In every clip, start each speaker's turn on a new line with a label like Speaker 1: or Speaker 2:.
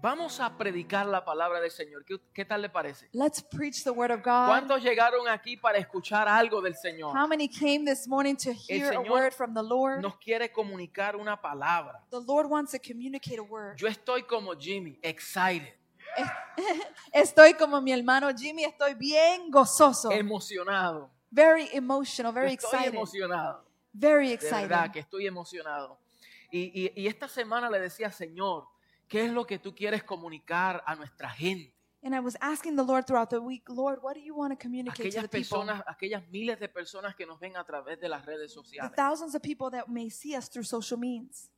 Speaker 1: Vamos a predicar la palabra del Señor. ¿Qué, qué tal le parece?
Speaker 2: Let's preach the word of God.
Speaker 1: ¿Cuántos llegaron aquí para escuchar algo del Señor?
Speaker 2: How many came this morning to hear a
Speaker 1: Señor
Speaker 2: word from the Lord?
Speaker 1: Nos quiere comunicar una palabra.
Speaker 2: The Lord wants to communicate a word.
Speaker 1: Yo estoy como Jimmy, excited,
Speaker 2: Estoy como mi hermano Jimmy, estoy bien gozoso.
Speaker 1: emocionado.
Speaker 2: Very emotional,
Speaker 1: Yo
Speaker 2: very
Speaker 1: estoy
Speaker 2: excited.
Speaker 1: emocionado. De
Speaker 2: Very
Speaker 1: verdad
Speaker 2: excited.
Speaker 1: que estoy emocionado. Y, y- y esta semana le decía, Señor, ¿qué es lo que tú quieres comunicar a nuestra gente?
Speaker 2: And I was asking the Lord throughout the week, Lord, what do you want to communicate to
Speaker 1: Aquellas
Speaker 2: the people?
Speaker 1: personas, aquellas miles de personas que nos ven a través de las redes
Speaker 2: The
Speaker 1: sociales.
Speaker 2: thousands of people that may see us through social means.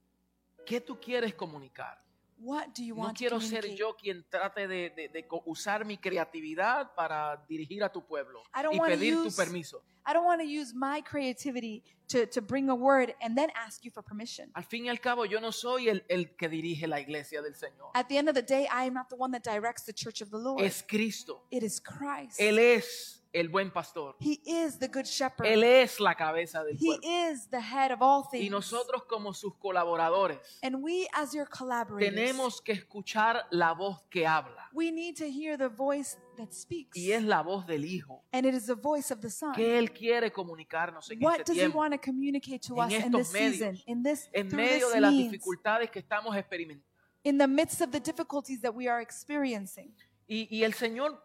Speaker 1: ¿Qué tú quieres comunicar?
Speaker 2: What do you
Speaker 1: No
Speaker 2: want to
Speaker 1: quiero ser
Speaker 2: communicate?
Speaker 1: yo quien trate de, de- de co- usar mi creatividad para dirigir a tu pueblo
Speaker 2: I don't
Speaker 1: y
Speaker 2: wanna
Speaker 1: pedir tu
Speaker 2: use-
Speaker 1: permiso.
Speaker 2: I don't want to use my creativity to, to bring a word and then ask you for permission.
Speaker 1: Al fin y al cabo, yo no soy el, el que dirige la iglesia del Señor.
Speaker 2: At the end of the day, I am not the one that directs the church of the Lord.
Speaker 1: Es Cristo.
Speaker 2: it is Christ.
Speaker 1: Él es el buen pastor.
Speaker 2: he is the good shepherd.
Speaker 1: Él es la cabeza del
Speaker 2: he
Speaker 1: cuerpo.
Speaker 2: is the head of all things.
Speaker 1: Y nosotros como sus colaboradores
Speaker 2: and we, as your collaborators,
Speaker 1: tenemos que escuchar la voz que habla.
Speaker 2: we need to hear the voice that speaks.
Speaker 1: Y es la voz del Hijo.
Speaker 2: and it is the voice of the Son.
Speaker 1: que Él quiere comunicarnos en
Speaker 2: what
Speaker 1: este
Speaker 2: does He
Speaker 1: tiempo?
Speaker 2: want to communicate to
Speaker 1: En
Speaker 2: us in
Speaker 1: estos
Speaker 2: this season,
Speaker 1: medios,
Speaker 2: in this,
Speaker 1: En
Speaker 2: through
Speaker 1: medio
Speaker 2: this
Speaker 1: de las
Speaker 2: means,
Speaker 1: dificultades que estamos experimentando.
Speaker 2: in the midst of the difficulties that we are experiencing?
Speaker 1: Y, y el Señor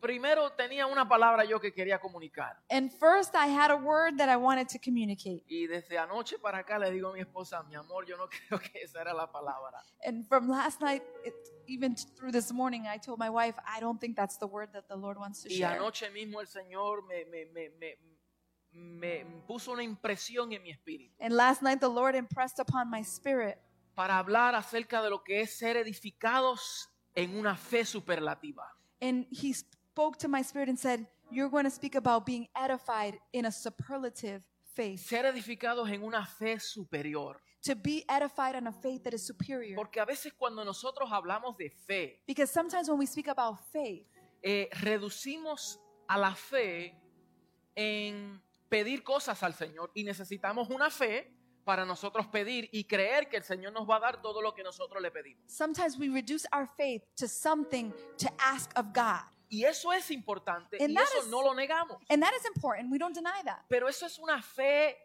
Speaker 1: primero tenía una palabra yo que quería comunicar.
Speaker 2: And first, I had a word that I wanted to communicate.
Speaker 1: Y desde anoche para acá le digo a mi esposa, mi amor, yo no creo que esa era la palabra.
Speaker 2: And from last night, it, even through this morning, I told my wife, I don't think that's the word that the Lord wants to
Speaker 1: Y
Speaker 2: share.
Speaker 1: anoche mismo el Señor me, me- me- me- me puso una impresión en mi espíritu
Speaker 2: And last night, the Lord impressed upon my spirit
Speaker 1: para hablar acerca de lo que es ser edificados en una fe superlativa.
Speaker 2: And he spoke to my spirit and said, You're going to speak about being edified in a superlative faith,
Speaker 1: Ser edificados en una fe superior.
Speaker 2: to be edified on a faith that is superior.
Speaker 1: Porque a veces cuando nosotros hablamos de fe,
Speaker 2: Because sometimes when we speak about faith,
Speaker 1: eh, reducimos a la fe en pedir cosas al Señor y necesitamos una fe para nosotros pedir y creer que el Señor nos va a dar todo lo que nosotros le pedimos.
Speaker 2: sometimes we reduce our faith to something to ask of God.
Speaker 1: Y eso es importante
Speaker 2: And
Speaker 1: y
Speaker 2: that
Speaker 1: eso
Speaker 2: is-
Speaker 1: no lo negamos.
Speaker 2: And that is important. We don't deny that.
Speaker 1: Pero eso es una fe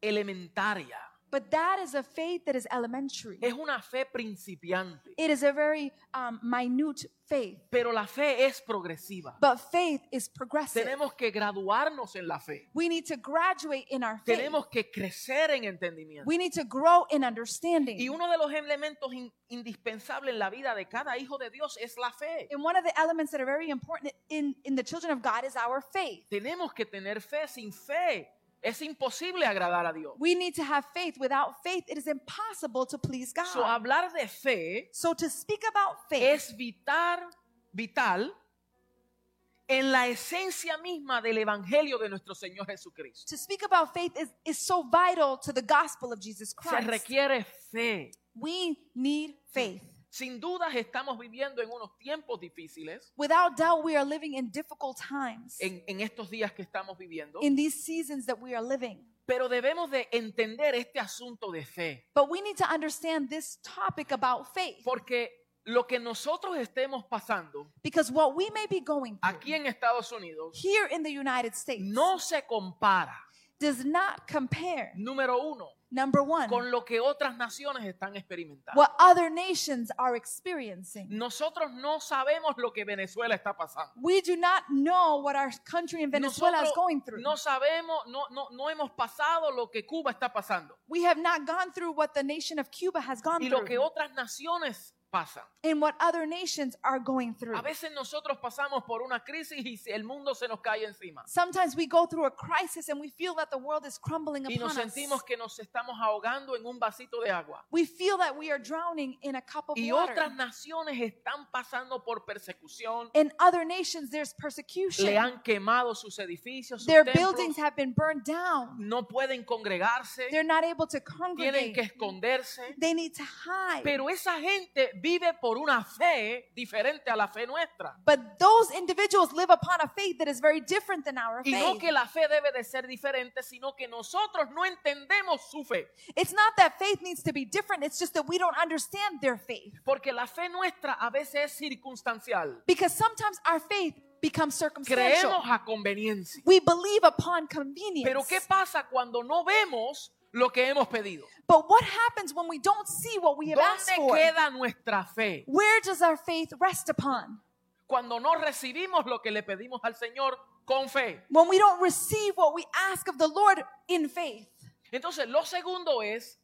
Speaker 1: elementaria,
Speaker 2: But that is a faith that is elementary,
Speaker 1: es una fe principiante,
Speaker 2: it is a very um, minute faith.
Speaker 1: pero la fe es progresiva.
Speaker 2: But faith is progressive.
Speaker 1: Tenemos que graduarnos en la fe,
Speaker 2: We need to graduate in our faith.
Speaker 1: tenemos que crecer en entendimiento.
Speaker 2: We need to grow in understanding.
Speaker 1: Y uno de los elementos in- indispensables en la vida de cada hijo de Dios es la fe.
Speaker 2: And one of the elements that are very important in, in the children of God is our faith.
Speaker 1: Tenemos que tener fe. Sin fe es imposible agradar a Dios.
Speaker 2: We need to have faith. Without faith, it is impossible to please God.
Speaker 1: So, hablar de fe
Speaker 2: So to speak about faith
Speaker 1: es vital, vital en la esencia misma del Evangelio de nuestro Señor Jesucristo.
Speaker 2: to speak about faith is, is so vital to the gospel of Jesus
Speaker 1: Se
Speaker 2: Christ.
Speaker 1: requiere Mm. fe.
Speaker 2: We need faith.
Speaker 1: Sin dudas estamos viviendo en unos tiempos difíciles,
Speaker 2: Without doubt, we are living in difficult times
Speaker 1: en, en estos días que estamos viviendo,
Speaker 2: in these seasons that we are living.
Speaker 1: pero debemos de entender este asunto de fe.
Speaker 2: But we need to understand this topic about faith
Speaker 1: Porque lo que nosotros estemos pasando
Speaker 2: because what we may be going
Speaker 1: aquí
Speaker 2: through
Speaker 1: en Estados Unidos
Speaker 2: here in the United States
Speaker 1: no se compara,
Speaker 2: does not compare,
Speaker 1: número uno,
Speaker 2: number one,
Speaker 1: con lo que otras naciones están experimentando.
Speaker 2: what other nations are experiencing.
Speaker 1: Nosotros no sabemos lo que Venezuela está pasando.
Speaker 2: We do not know what our country in Venezuela is going
Speaker 1: Nosotros
Speaker 2: through.
Speaker 1: no sabemos, no, no, no hemos pasado lo que Cuba está pasando
Speaker 2: we have not gone through what the nation of Cuba has gone
Speaker 1: y
Speaker 2: through
Speaker 1: lo que otras naciones pasan.
Speaker 2: and what other nations are going through.
Speaker 1: A veces nosotros pasamos por una crisis y el mundo se nos cae encima.
Speaker 2: Sometimes we go through a crisis and we feel that the world is crumbling
Speaker 1: Y nos
Speaker 2: upon us.
Speaker 1: sentimos que nos estamos ahogando en un vasito de agua.
Speaker 2: We feel that we are drowning in a cup of
Speaker 1: Y
Speaker 2: water.
Speaker 1: otras naciones están pasando por persecución.
Speaker 2: in other nations, there's persecution.
Speaker 1: Le han quemado sus edificios, sus
Speaker 2: Their
Speaker 1: templos,
Speaker 2: buildings have been burned down.
Speaker 1: no pueden congregarse,
Speaker 2: They're not able to
Speaker 1: tienen
Speaker 2: congregate.
Speaker 1: que esconderse.
Speaker 2: They need to hide.
Speaker 1: Pero esa gente vive por una fe diferente a la fe nuestra.
Speaker 2: But those individuals live upon a faith that is very different than our
Speaker 1: Y no
Speaker 2: faith.
Speaker 1: que la fe debe de ser diferente, sino que nosotros no entendemos su fe.
Speaker 2: It's not that faith needs to be different, it's just that we don't understand their faith.
Speaker 1: Porque la fe nuestra a veces es circunstancial.
Speaker 2: Because sometimes our faith becomes circumstantial.
Speaker 1: Creemos a conveniencia.
Speaker 2: We believe upon convenience.
Speaker 1: Pero ¿qué pasa cuando no vemos lo que hemos pedido?
Speaker 2: But what happens when we don't see what we have asked
Speaker 1: ¿Dónde
Speaker 2: for?
Speaker 1: queda nuestra fe?
Speaker 2: Where does our faith rest upon?
Speaker 1: Cuando no recibimos lo que le pedimos al Señor con fe.
Speaker 2: When we don't receive what we ask of the Lord in faith.
Speaker 1: Entonces, lo segundo es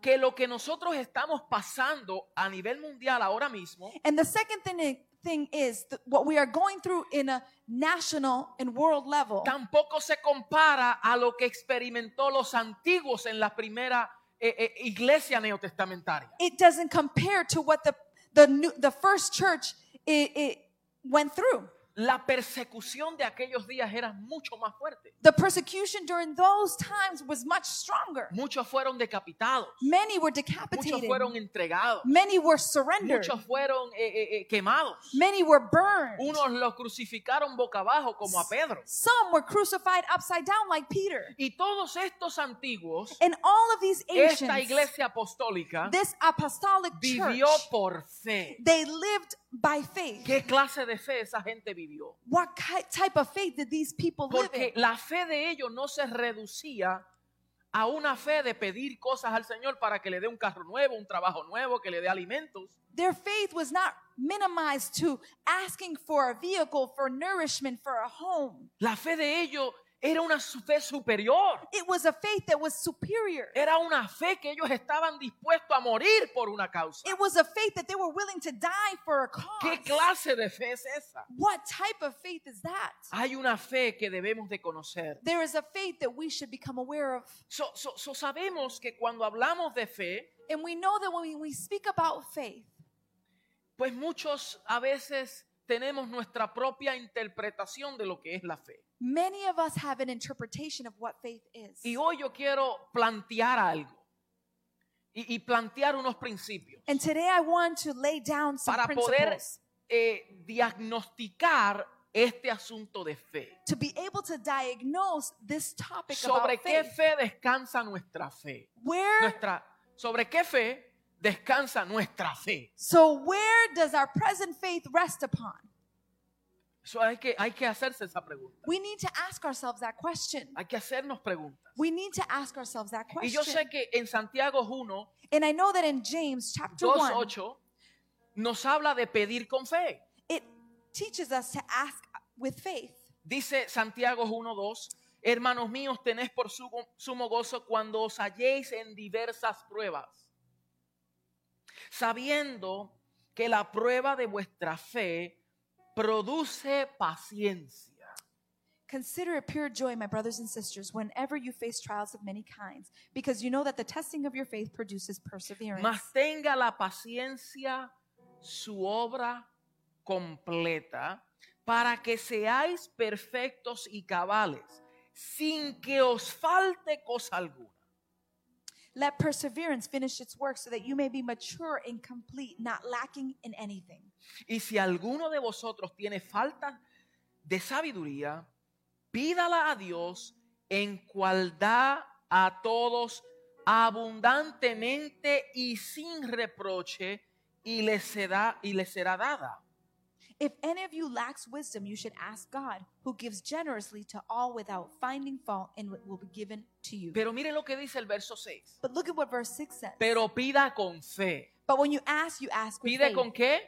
Speaker 1: que lo que nosotros estamos pasando a nivel mundial ahora mismo
Speaker 2: And the second thing, thing is th- what we are going through in a national and world level
Speaker 1: tampoco se compara a lo que experimentó los antiguos en la primera eh, eh, iglesia neotestamentaria.
Speaker 2: it doesn't compare to what the the new, the first church it, it went through.
Speaker 1: La persecución de aquellos días era mucho más fuerte.
Speaker 2: The persecution during those times was much stronger.
Speaker 1: Muchos fueron decapitados,
Speaker 2: Many were
Speaker 1: muchos
Speaker 2: decapitated.
Speaker 1: fueron entregados,
Speaker 2: Many were surrendered.
Speaker 1: muchos fueron eh, eh, eh, quemados.
Speaker 2: Many were burned.
Speaker 1: Unos los crucificaron boca abajo como a Pedro.
Speaker 2: Some were crucified upside down like Peter.
Speaker 1: Y todos estos antiguos,
Speaker 2: And all of these
Speaker 1: esta
Speaker 2: ancients,
Speaker 1: iglesia apostólica,
Speaker 2: this apostolic church,
Speaker 1: vivió por fe.
Speaker 2: they lived by faith.
Speaker 1: ¿Qué clase de fe esa gente vivió?
Speaker 2: What ki- type of faith did these people live
Speaker 1: Porque
Speaker 2: in?
Speaker 1: la fe de ellos no se reducía a una fe de pedir cosas al Señor para que le dé un carro nuevo, un trabajo nuevo, que le dé alimentos.
Speaker 2: Their faith was not minimized to asking for a vehicle, for nourishment, for a home.
Speaker 1: La fe de ellos era una su- fe superior.
Speaker 2: It was a faith that was superior.
Speaker 1: Era una fe que ellos estaban dispuestos a morir por una causa.
Speaker 2: It was a faith that they were willing to die for a
Speaker 1: ¿Qué
Speaker 2: cause.
Speaker 1: clase de fe es esa?
Speaker 2: What type of faith is that?
Speaker 1: Hay una fe que debemos de conocer.
Speaker 2: There is a faith that we should become aware of.
Speaker 1: So- so- so sabemos que cuando hablamos de fe,
Speaker 2: And we know that when we- we speak about faith,
Speaker 1: Pues muchos a veces tenemos nuestra propia interpretación de lo que es la fe.
Speaker 2: many of us have an interpretation of what faith is.
Speaker 1: Y hoy yo quiero plantear algo y, y plantear unos principios
Speaker 2: And today I want to lay down some
Speaker 1: para poder
Speaker 2: principles
Speaker 1: eh, diagnosticar este asunto de fe.
Speaker 2: to be able to diagnose this topic
Speaker 1: ¿Sobre
Speaker 2: about
Speaker 1: qué
Speaker 2: faith.
Speaker 1: fe descansa nuestra fe?
Speaker 2: Where
Speaker 1: Nuestra, ¿Sobre qué fe descansa nuestra fe?
Speaker 2: so where does our present faith rest upon?
Speaker 1: Eso hay que, hay que hacerse esa pregunta.
Speaker 2: We need to ask ourselves that question.
Speaker 1: Hay que hacernos preguntas.
Speaker 2: We need to ask ourselves that
Speaker 1: Y yo
Speaker 2: question.
Speaker 1: sé que en Santiago 1,
Speaker 2: And I know that in James chapter 1,
Speaker 1: 2.8 nos habla de pedir con fe.
Speaker 2: it teaches us to ask with faith.
Speaker 1: Dice Santiago 1.2, hermanos míos, tenés por sumo, sumo gozo cuando os halléis en diversas pruebas, sabiendo que la prueba de vuestra fe produce paciencia.
Speaker 2: Consider it pure joy, my brothers and sisters, whenever you face trials of many kinds, because you know that the testing of your faith produces perseverance.
Speaker 1: Mas tenga la paciencia su obra completa para que seáis perfectos y cabales sin que os falte cosa alguna.
Speaker 2: Let perseverance finish its work so that you may be mature and complete, not lacking in anything.
Speaker 1: Y si alguno de vosotros tiene falta de sabiduría, pídala a Dios en cual da a todos abundantemente y sin reproche y le será y le será dada.
Speaker 2: If any of you lacks wisdom, you should ask God, who gives generously to all without finding fault, and it will be given to you.
Speaker 1: Pero miren lo que dice el verso 6.
Speaker 2: But look at what verse 6 says.
Speaker 1: Pero pida con fe.
Speaker 2: But when you ask, you ask with
Speaker 1: ¿Pide
Speaker 2: faith.
Speaker 1: con qué?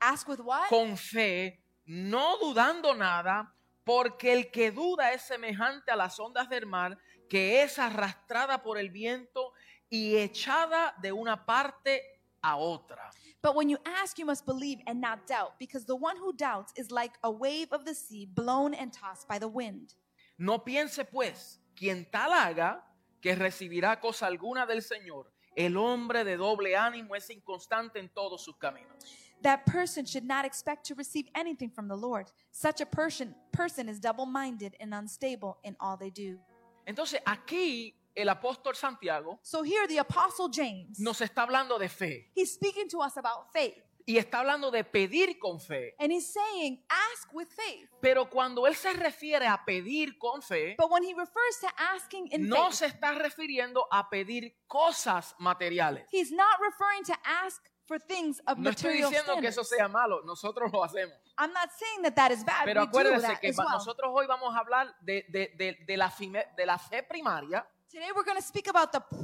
Speaker 2: Ask with what?
Speaker 1: Con fe, no dudando nada, porque el que duda es semejante a las ondas del mar, que es arrastrada por el viento y echada de una parte a otra.
Speaker 2: But when you ask, you must believe and not doubt, because the one who doubts is like a wave of the sea blown and tossed by the wind.
Speaker 1: No piense pues quien tal haga que recibirá cosa alguna del Señor. El hombre de doble ánimo es inconstante en todos sus caminos.
Speaker 2: That person should not expect to receive anything from the Lord. Such a person person is double-minded and unstable in all they do.
Speaker 1: Entonces aquí el apóstol Santiago
Speaker 2: So here the apostle James,
Speaker 1: nos está hablando de fe
Speaker 2: he's speaking to us about faith.
Speaker 1: y está hablando de pedir con fe.
Speaker 2: And he's saying, ask with faith.
Speaker 1: Pero cuando él se refiere a pedir con fe,
Speaker 2: But when he refers to asking in
Speaker 1: no
Speaker 2: faith,
Speaker 1: se está refiriendo a pedir cosas materiales.
Speaker 2: he's not referring to ask for things of
Speaker 1: No estoy
Speaker 2: material
Speaker 1: diciendo que
Speaker 2: standards.
Speaker 1: eso sea malo, nosotros lo hacemos.
Speaker 2: I'm not saying that that is bad.
Speaker 1: Pero
Speaker 2: we do
Speaker 1: acuérdense
Speaker 2: that
Speaker 1: que
Speaker 2: as
Speaker 1: va-
Speaker 2: well.
Speaker 1: nosotros hoy vamos a hablar de, de- de- de la, fime- de la fe primaria.
Speaker 2: Today we're going to speak about the p-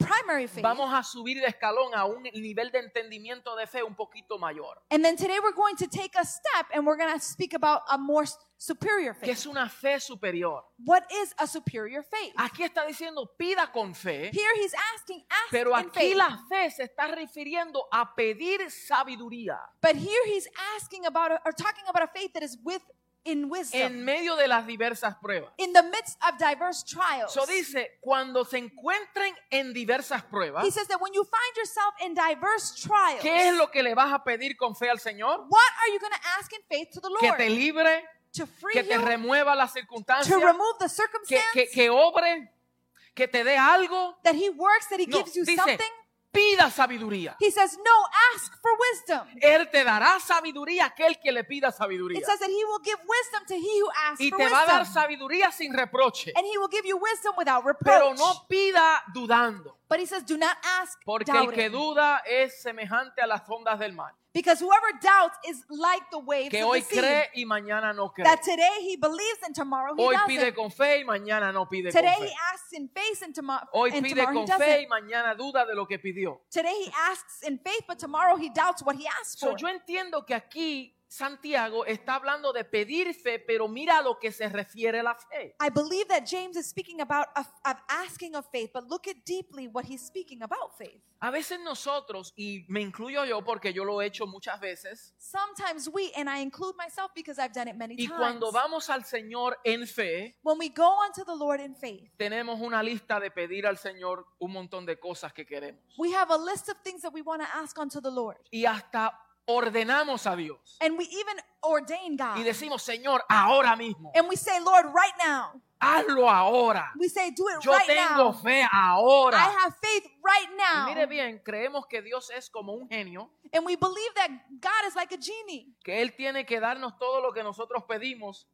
Speaker 2: primary faith.
Speaker 1: Vamos a subir de escalón a un nivel de entendimiento de fe un poquito mayor.
Speaker 2: And then today we're going to take a step and we're going to speak about a more s- superior
Speaker 1: Que
Speaker 2: faith.
Speaker 1: es una fe superior.
Speaker 2: What is a superior faith?
Speaker 1: Aquí está diciendo pida con fe.
Speaker 2: Here he's asking, ask
Speaker 1: Pero
Speaker 2: in
Speaker 1: aquí
Speaker 2: faith.
Speaker 1: la fe se está refiriendo a pedir sabiduría
Speaker 2: But here he's asking about a, or talking about a faith that is with in
Speaker 1: en
Speaker 2: wisdom
Speaker 1: medio de las diversas pruebas.
Speaker 2: in the midst of diverse trials.
Speaker 1: So dice, cuando se encuentren en diversas
Speaker 2: he
Speaker 1: pruebas,
Speaker 2: says that when you find yourself in diverse trials,
Speaker 1: ¿qué es lo que le vas a pedir con fe al Señor?
Speaker 2: what are you going to ask in faith to the
Speaker 1: Que
Speaker 2: Lord?
Speaker 1: te libre,
Speaker 2: to free
Speaker 1: que te
Speaker 2: you,
Speaker 1: remueva las
Speaker 2: to
Speaker 1: circunstancias,
Speaker 2: remove the
Speaker 1: que,
Speaker 2: circumstance,
Speaker 1: que, que obre, que te dé algo.
Speaker 2: that he works, that he
Speaker 1: No,
Speaker 2: gives you
Speaker 1: dice,
Speaker 2: something.
Speaker 1: pida sabiduría.
Speaker 2: He says, no, ask for wisdom.
Speaker 1: Él te dará sabiduría a aquel que le pida sabiduría.
Speaker 2: It says that he will give wisdom to he who asks
Speaker 1: Y
Speaker 2: for
Speaker 1: te va a dar
Speaker 2: wisdom.
Speaker 1: sabiduría sin reproche.
Speaker 2: And he will give you wisdom without
Speaker 1: Pero
Speaker 2: reproach.
Speaker 1: no pida dudando.
Speaker 2: But he says, do not ask
Speaker 1: Porque el que
Speaker 2: doubting.
Speaker 1: duda es semejante a las ondas del mar,
Speaker 2: Because whoever doubts is like the waves
Speaker 1: que
Speaker 2: of
Speaker 1: hoy
Speaker 2: the sea.
Speaker 1: cree y mañana no cree.
Speaker 2: That today he believes and tomorrow he
Speaker 1: Hoy pide
Speaker 2: doesn't.
Speaker 1: con fe y mañana no pide con
Speaker 2: Today he
Speaker 1: fe.
Speaker 2: asks in faith and, tomo-
Speaker 1: Hoy
Speaker 2: and
Speaker 1: pide
Speaker 2: tomorrow he
Speaker 1: con
Speaker 2: doesn't.
Speaker 1: fe y mañana duda de lo que pidió.
Speaker 2: Today he asks in faith, but tomorrow he doubts what he asked
Speaker 1: So,
Speaker 2: for.
Speaker 1: yo entiendo que aquí Santiago está hablando de pedir fe, pero mira a lo que se refiere la fe.
Speaker 2: I believe that James is speaking about of, of asking of faith, but look at deeply what he's speaking about faith.
Speaker 1: A veces nosotros, y me incluyo yo porque yo lo he hecho muchas veces,
Speaker 2: Sometimes we, and I include myself because I've done it many
Speaker 1: y
Speaker 2: times,
Speaker 1: cuando vamos al Señor en fe,
Speaker 2: when we go unto the Lord in faith,
Speaker 1: tenemos una lista de pedir al Señor un montón de cosas que queremos.
Speaker 2: we have a list of things that we want to ask unto the Lord.
Speaker 1: y hasta ordenamos a Dios
Speaker 2: And we even ordain God.
Speaker 1: y decimos, Señor, ahora mismo,
Speaker 2: and we say, Lord, right now.
Speaker 1: hazlo ahora.
Speaker 2: We say, do it
Speaker 1: Yo
Speaker 2: right
Speaker 1: tengo
Speaker 2: now.
Speaker 1: fe
Speaker 2: I
Speaker 1: ahora.
Speaker 2: have faith right
Speaker 1: Y mire
Speaker 2: now.
Speaker 1: bien, creemos que Dios es como un genio,
Speaker 2: And we believe that God is like a genie.
Speaker 1: que Él tiene que darnos todo lo que nosotros pedimos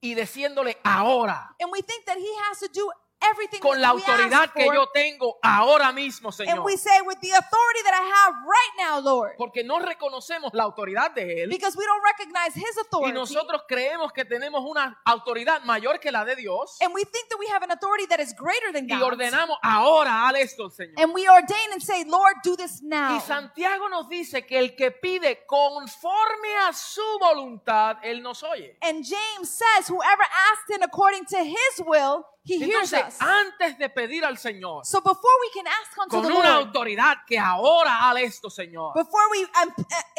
Speaker 1: y diciéndole ahora,
Speaker 2: And we think that he has to do everything
Speaker 1: con la
Speaker 2: that we
Speaker 1: autoridad
Speaker 2: ask
Speaker 1: que
Speaker 2: for.
Speaker 1: yo tengo ahora mismo, Señor.
Speaker 2: And we say, with the authority that I have right now, Lord.
Speaker 1: Porque no reconocemos la autoridad de Él
Speaker 2: Because we don't recognize his
Speaker 1: y
Speaker 2: authority.
Speaker 1: nosotros creemos que tenemos una autoridad mayor que la de Dios
Speaker 2: And we think that we have an authority that is greater than
Speaker 1: y
Speaker 2: God.
Speaker 1: ordenamos ahora, haz esto, Señor.
Speaker 2: And we ordain and say, Lord, do this now.
Speaker 1: Y Santiago nos dice que el que pide conforme a su voluntad, él nos oye.
Speaker 2: And James says, whoever asks in according to his will, he hears
Speaker 1: Entonces,
Speaker 2: us.
Speaker 1: antes de pedir al Señor,
Speaker 2: So before we can ask unto
Speaker 1: con
Speaker 2: the
Speaker 1: una
Speaker 2: Lord,
Speaker 1: autoridad que ahora haz esto, Señor,
Speaker 2: before we um,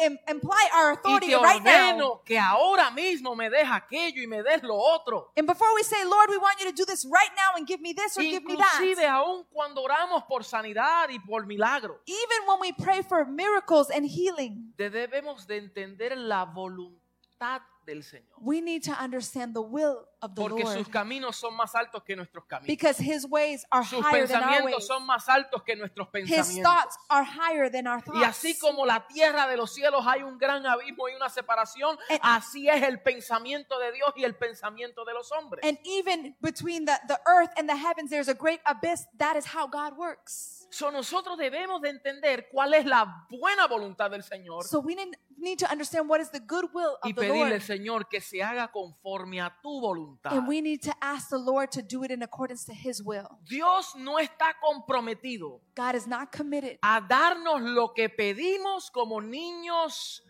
Speaker 2: um, imply our
Speaker 1: y
Speaker 2: authority
Speaker 1: te
Speaker 2: right now,
Speaker 1: ordeno que ahora mismo me des aquello y me des lo otro.
Speaker 2: and before we say, Lord, we want you to do this right now and give me this or give me that,
Speaker 1: Inclusive aún cuando oramos por sanidad y por milagro,
Speaker 2: even when we pray for miracles and healing,
Speaker 1: de- debemos de entender la voluntad del Señor,
Speaker 2: we need to understand the will of the
Speaker 1: porque
Speaker 2: Lord
Speaker 1: sus caminos son más altos que nuestros caminos.
Speaker 2: because his ways are
Speaker 1: Sus
Speaker 2: higher than our
Speaker 1: pensamientos
Speaker 2: ways.
Speaker 1: son más altos que nuestros
Speaker 2: His
Speaker 1: pensamientos.
Speaker 2: thoughts are higher than our
Speaker 1: Y así
Speaker 2: thoughts.
Speaker 1: como la tierra de los cielos hay un gran abismo y una separación,
Speaker 2: And-
Speaker 1: así es el pensamiento de Dios y el pensamiento de los hombres.
Speaker 2: And even between the, the earth and the heavens, there's a great abyss. That is how God works.
Speaker 1: So nosotros debemos de entender cuál es la buena voluntad del Señor
Speaker 2: So we need, need to understand what is the good will
Speaker 1: y
Speaker 2: of the
Speaker 1: pedirle,
Speaker 2: Lord.
Speaker 1: Señor, que se haga conforme a tu voluntad.
Speaker 2: And we need to ask the Lord to do it in accordance to his will.
Speaker 1: Dios no está comprometido
Speaker 2: God is not committed
Speaker 1: a darnos lo que pedimos como niños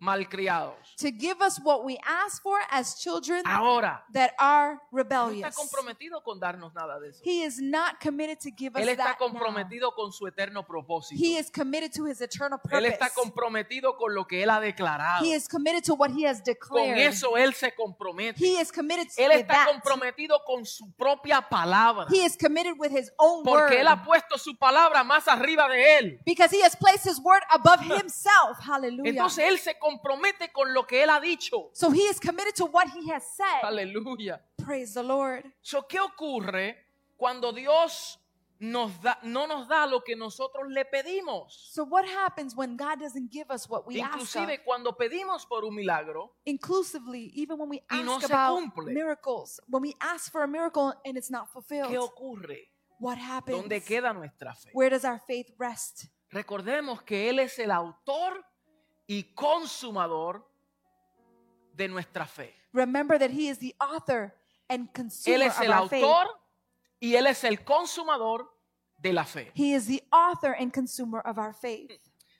Speaker 1: malcriados.
Speaker 2: to give us what we ask for as children
Speaker 1: Ahora,
Speaker 2: that are
Speaker 1: Ah. no está
Speaker 2: rebellious.
Speaker 1: comprometido con darnos nada de eso.
Speaker 2: He is not committed to give us
Speaker 1: Él está
Speaker 2: that now.
Speaker 1: comprometido con su eterno propósito.
Speaker 2: Pues He is committed to his eternal
Speaker 1: Él
Speaker 2: purpose.
Speaker 1: está comprometido con lo que él ha declarado.
Speaker 2: He is committed to what he has
Speaker 1: Con
Speaker 2: declared.
Speaker 1: eso él se compromete.
Speaker 2: He is committed
Speaker 1: Él
Speaker 2: with
Speaker 1: está
Speaker 2: that.
Speaker 1: comprometido con su propia palabra.
Speaker 2: He is committed with his own word.
Speaker 1: Porque él ha puesto su palabra más arriba de él.
Speaker 2: Because he has placed his word above himself. Hallelujah.
Speaker 1: Entonces él se compromete con lo que él ha dicho.
Speaker 2: so he is committed to what he has said.
Speaker 1: Aleluya.
Speaker 2: Praise the Lord.
Speaker 1: So, ¿Qué ocurre cuando Dios nos da, no nos da lo que nosotros le pedimos.
Speaker 2: So what happens when God doesn't give us what we ask of?
Speaker 1: Inclusive cuando pedimos por un milagro,
Speaker 2: Inclusively, even when we
Speaker 1: Y
Speaker 2: ask
Speaker 1: no se
Speaker 2: about
Speaker 1: cumple.
Speaker 2: miracles, when we ask for a miracle and it's not
Speaker 1: ¿qué
Speaker 2: fulfilled,
Speaker 1: ocurre?
Speaker 2: what happens?
Speaker 1: ¿Dónde queda nuestra fe?
Speaker 2: Where does our faith rest?
Speaker 1: Recordemos que Él es el autor y consumador de nuestra fe.
Speaker 2: Remember that He is the author and consumer
Speaker 1: Él es
Speaker 2: of
Speaker 1: el
Speaker 2: our faith.
Speaker 1: autor y Él es el consumador de la fe.
Speaker 2: He is the author and consumer of our faith.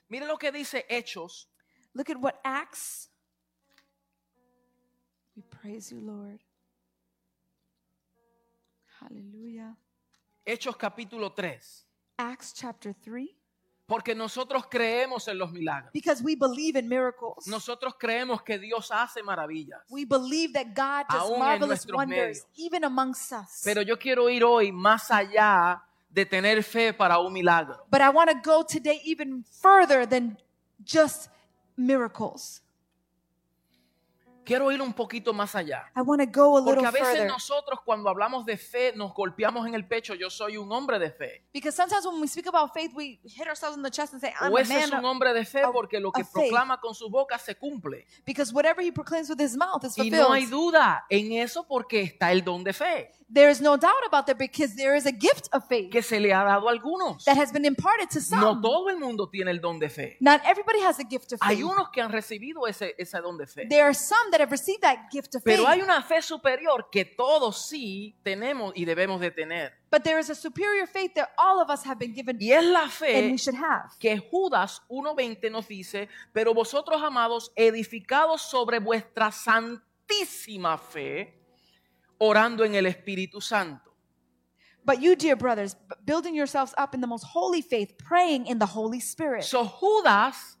Speaker 1: Mire lo que dice Hechos
Speaker 2: Look at what Acts. We praise you, Lord. Hallelujah.
Speaker 1: Hechos capítulo 3,
Speaker 2: Acts chapter 3.
Speaker 1: porque nosotros creemos en los milagros.
Speaker 2: Because we believe in miracles.
Speaker 1: Nosotros creemos que Dios hace maravillas.
Speaker 2: We believe that God does
Speaker 1: Aún en
Speaker 2: marvelous
Speaker 1: nuestros
Speaker 2: wonders,
Speaker 1: medios.
Speaker 2: even amongst us.
Speaker 1: Pero yo quiero ir hoy más allá de tener fe para un milagro.
Speaker 2: but I want to go today even further than just miracles.
Speaker 1: Quiero ir un poquito más allá.
Speaker 2: I want to go a
Speaker 1: Porque
Speaker 2: little
Speaker 1: a veces
Speaker 2: further.
Speaker 1: nosotros cuando hablamos de fe nos golpeamos en el pecho. Yo soy un hombre de fe.
Speaker 2: Because sometimes when we speak about faith, we hit ourselves in the chest and say, I'm
Speaker 1: O
Speaker 2: a
Speaker 1: ese
Speaker 2: man.
Speaker 1: es un
Speaker 2: of-"
Speaker 1: hombre de fe
Speaker 2: of-
Speaker 1: porque lo que
Speaker 2: of faith.
Speaker 1: proclama con su boca se cumple.
Speaker 2: Because whatever he proclaims with his mouth is
Speaker 1: Y no
Speaker 2: fulfilled.
Speaker 1: hay duda en eso porque está el don de fe
Speaker 2: There is no doubt about that because there is a gift of faith
Speaker 1: que se le ha dado a algunos.
Speaker 2: that has been imparted to
Speaker 1: No
Speaker 2: some.
Speaker 1: todo el mundo tiene el don de fe.
Speaker 2: Not everybody has a gift of
Speaker 1: Hay
Speaker 2: faith.
Speaker 1: unos que han recibido ese, ese don de fe.
Speaker 2: There are some that have received that gift of faith,
Speaker 1: Pero hay una fe superior que todos sí tenemos y debemos de tener.
Speaker 2: but there is a superior faith that all of us have been given
Speaker 1: Y es la
Speaker 2: and
Speaker 1: fe
Speaker 2: we should have.
Speaker 1: que Judas 1.20 nos dice, pero vosotros amados, edificados sobre vuestra santísima fe, orando en el Espíritu Santo.
Speaker 2: But you, dear brothers, b- building yourselves up in the most holy faith, praying in the Holy Spirit.
Speaker 1: So Judas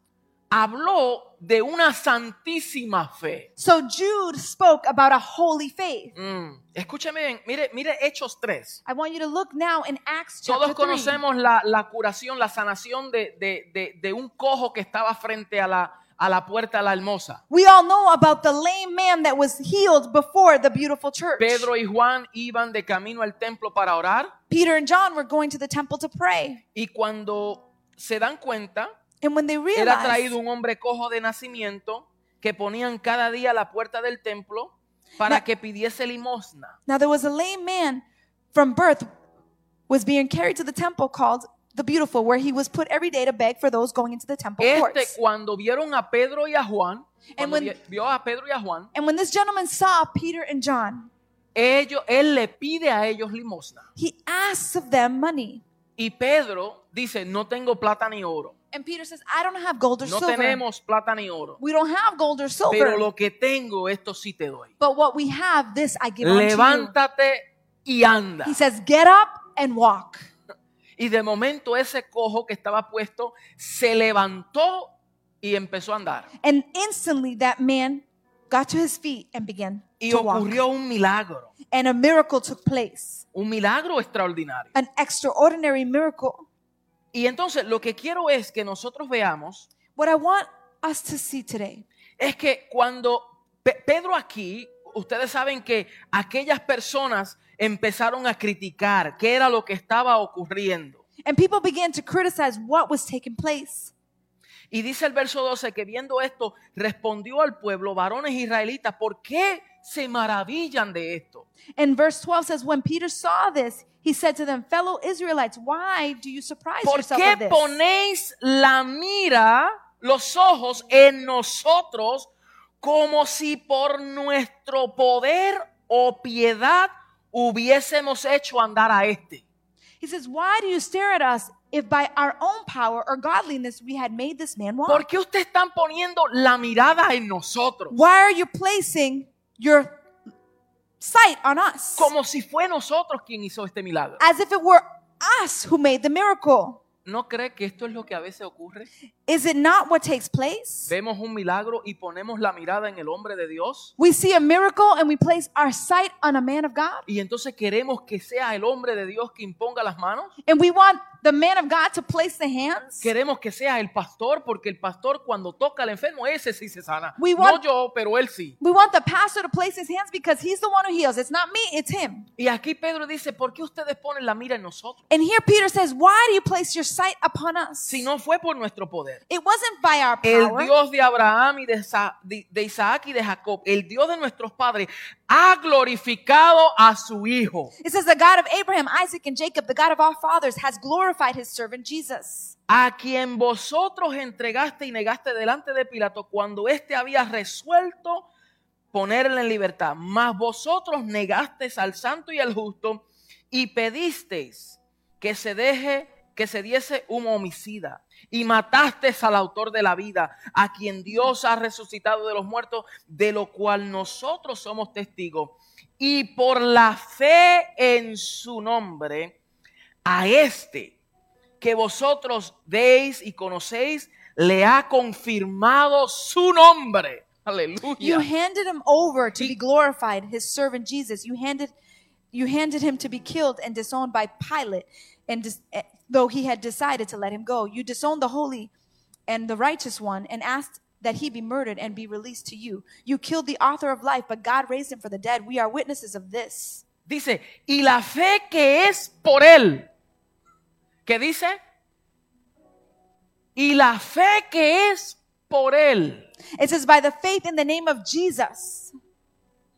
Speaker 1: habló de una santísima fe.
Speaker 2: So Jude spoke about a holy faith.
Speaker 1: Mm, Escúcheme bien, mire, mire Hechos 3.
Speaker 2: I want you to look now in Acts chapter
Speaker 1: Todos
Speaker 2: 3.
Speaker 1: conocemos la, la curación, la sanación de, de- de- de un cojo que estaba frente a la, a la puerta de la hermosa.
Speaker 2: We all know about the lame man that was healed before the beautiful church.
Speaker 1: Pedro y Juan iban de camino al templo para orar
Speaker 2: Peter and John were going to the temple to pray.
Speaker 1: y cuando se dan cuenta,
Speaker 2: And when they
Speaker 1: era
Speaker 2: realized
Speaker 1: traído un hombre cojo de nacimiento que ponían cada día a la puerta del templo para que pidiese limosna.
Speaker 2: Now there was a lame man from birth was being carried to the temple called the beautiful where he was put every day to beg for those going into the temple
Speaker 1: Este
Speaker 2: courts.
Speaker 1: cuando vieron a Pedro y a Juan, cuando
Speaker 2: when-
Speaker 1: vi- vio a Pedro y a Juan,
Speaker 2: And when this gentleman saw Peter and John,
Speaker 1: ellos, él le pide a ellos limosna.
Speaker 2: he asks of them money.
Speaker 1: Y Pedro dice, no tengo plata ni oro.
Speaker 2: And Peter says, "I don't have gold or
Speaker 1: No
Speaker 2: silver.
Speaker 1: tenemos plata ni oro,
Speaker 2: We don't have gold or silver.
Speaker 1: pero lo que tengo, esto sí te doy.
Speaker 2: but what we have, this I give unto you."
Speaker 1: Levántate y anda.
Speaker 2: He says, "Get up and walk."
Speaker 1: Y de momento ese cojo que estaba puesto se levantó y empezó a andar.
Speaker 2: And instantly that man got to his feet and began
Speaker 1: Y
Speaker 2: to walk.
Speaker 1: ocurrió un milagro,
Speaker 2: And a miracle took place.
Speaker 1: un milagro extraordinario.
Speaker 2: An extraordinary miracle.
Speaker 1: Y entonces lo que quiero es que nosotros veamos
Speaker 2: What I want us to see today
Speaker 1: es que cuando Pe- Pedro aquí, ustedes saben que aquellas personas empezaron a criticar qué era lo que estaba ocurriendo.
Speaker 2: and people began to criticize what was taking place.
Speaker 1: Y dice el verso 12 que viendo esto respondió al pueblo, varones israelitas, ¿por qué se maravillan de esto?
Speaker 2: And verse 12 says, When Peter saw this, he said to them, Fellow Israelites, why do you surprise
Speaker 1: ¿Por
Speaker 2: yourself at
Speaker 1: qué
Speaker 2: this?
Speaker 1: ponéis la mira, los ojos en nosotros como si por nuestro poder o piedad hubiésemos hecho andar a este?
Speaker 2: He says, Why do you stare at us if by our own power or godliness we had made this man walk?
Speaker 1: ¿Por qué ustedes están poniendo la mirada en nosotros?
Speaker 2: Why are you placing your sight on us?
Speaker 1: Como si fue nosotros quien hizo este milagro.
Speaker 2: As if it were us who made the miracle.
Speaker 1: ¿No cree que esto es lo que a veces ocurre?
Speaker 2: Is it not what takes place?
Speaker 1: Vemos un milagro y ponemos la mirada en el hombre de Dios.
Speaker 2: We see a miracle and we place our sight on a man of God.
Speaker 1: Y entonces queremos que sea el hombre de Dios que imponga las manos.
Speaker 2: And we want the man of God to place the hands?
Speaker 1: Queremos que sea el pastor porque el pastor cuando toca al enfermo, ese sí se sana.
Speaker 2: We
Speaker 1: No
Speaker 2: want-
Speaker 1: yo, pero él sí.
Speaker 2: We want the pastor to place his hands because he's the one who heals. It's not me, it's him.
Speaker 1: Y aquí Pedro dice, ¿por qué ustedes ponen la mira en nosotros?
Speaker 2: And here Peter says, Why do you place your sight upon us?
Speaker 1: Si no fue por nuestro poder.
Speaker 2: it wasn't by our
Speaker 1: El
Speaker 2: power.
Speaker 1: Dios de Abraham y de, Sa- de- de Isaac y de Jacob, el Dios de nuestros padres, ha glorificado a su Hijo.
Speaker 2: it says, The God of Abraham, Isaac, and Jacob, the God of our fathers, has glorified his servant Jesus,
Speaker 1: a quien vosotros entregaste y negaste delante de Pilato cuando éste había resuelto ponerle en libertad. Mas vosotros negasteis al santo y al justo y pedisteis que se deje que se diese un homicida y matasteis al autor de la vida, a quien Dios ha resucitado de los muertos, de lo cual nosotros somos testigos. Y por la fe en su nombre, a este que vosotros deis y conocéis, le ha confirmado su nombre.
Speaker 2: You
Speaker 1: Aleluya.
Speaker 2: handed him over to be glorified, his servant Jesus. You handed, you handed him to be killed and disowned by Pilate, and dis, eh, though he had decided to let him go, you disowned the holy and the righteous one, and asked that he be murdered and be released to you. You killed the author of life, but God raised him from the dead. We are witnesses of this.
Speaker 1: Dice, y la fe que es por él. ¿Qué dice? Y la fe que es por él.
Speaker 2: It says, by the faith in the name of Jesus.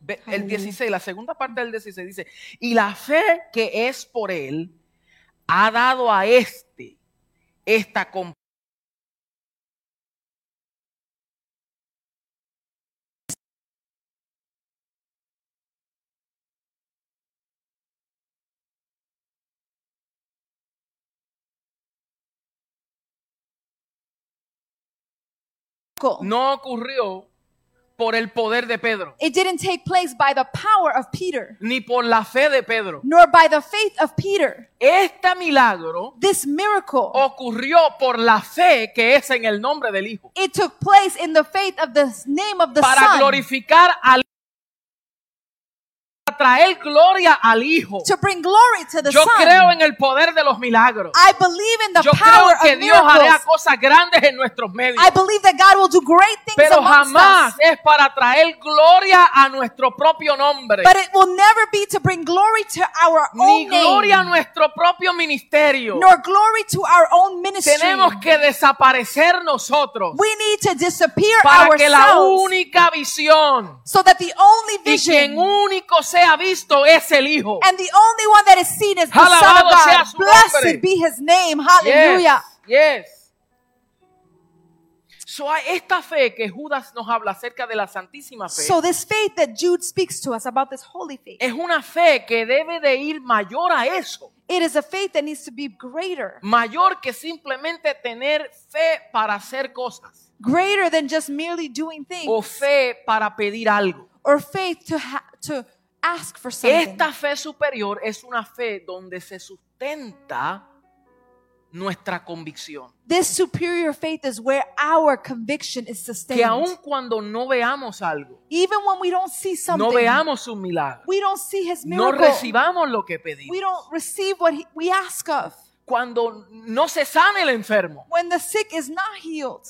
Speaker 1: Ve- El 16, la segunda parte del 16 dice, y la fe que es por él ha dado a este esta compañía. No ocurrió por el poder de Pedro,
Speaker 2: It didn't take place by the power of Peter,
Speaker 1: ni por la fe de Pedro.
Speaker 2: nor by the faith of Peter.
Speaker 1: Este milagro
Speaker 2: This miracle.
Speaker 1: ocurrió por la fe que es en el nombre del Hijo.
Speaker 2: It took place in the faith of the name of the
Speaker 1: Para
Speaker 2: Son
Speaker 1: glorificar al para traer gloria al Hijo.
Speaker 2: to bring glory to the
Speaker 1: Yo
Speaker 2: Son.
Speaker 1: creo en el poder de los milagros.
Speaker 2: I believe in the
Speaker 1: Yo
Speaker 2: power
Speaker 1: creo que
Speaker 2: of
Speaker 1: Dios hará
Speaker 2: miracles.
Speaker 1: cosas grandes en nuestros medios.
Speaker 2: I believe that God will do great things
Speaker 1: Pero
Speaker 2: amongst
Speaker 1: jamás
Speaker 2: us.
Speaker 1: es para traer gloria a nuestro propio nombre.
Speaker 2: But it will never be to bring glory to our
Speaker 1: Ni
Speaker 2: own
Speaker 1: gloria a
Speaker 2: name,
Speaker 1: nuestro propio ministerio.
Speaker 2: nor glory to our own ministry.
Speaker 1: Tenemos que desaparecer nosotros.
Speaker 2: We need to disappear
Speaker 1: para que la
Speaker 2: ourselves
Speaker 1: única visión
Speaker 2: so that the only
Speaker 1: y
Speaker 2: vision
Speaker 1: quien único sea visto es el Hijo.
Speaker 2: and the only one that is seen is the Son
Speaker 1: Alabado
Speaker 2: of
Speaker 1: sea
Speaker 2: God.
Speaker 1: su nombre.
Speaker 2: Blessed be his name. Hallelujah.
Speaker 1: Yes. yes. So, a esta fe que Judas nos habla acerca de la santísima fe
Speaker 2: So this faith that Jude speaks to us about this holy faith.
Speaker 1: es una fe que debe de ir mayor a eso,
Speaker 2: It is a faith that needs to be greater,
Speaker 1: mayor que simplemente tener fe para hacer cosas
Speaker 2: greater than just merely doing things
Speaker 1: o fe para pedir algo.
Speaker 2: or faith to ha- to ask for something.
Speaker 1: Esta fe superior es una fe donde se sustenta nuestra convicción.
Speaker 2: this superior faith is where our conviction is sustained.
Speaker 1: que aun cuando no veamos algo,
Speaker 2: Even when we don't see something,
Speaker 1: no veamos un milagro,
Speaker 2: we don't see His
Speaker 1: no
Speaker 2: miracle.
Speaker 1: recibamos lo que
Speaker 2: we
Speaker 1: pedimos,
Speaker 2: don't receive what he- we ask of.
Speaker 1: cuando no se sane el enfermo,
Speaker 2: When the sick is not healed,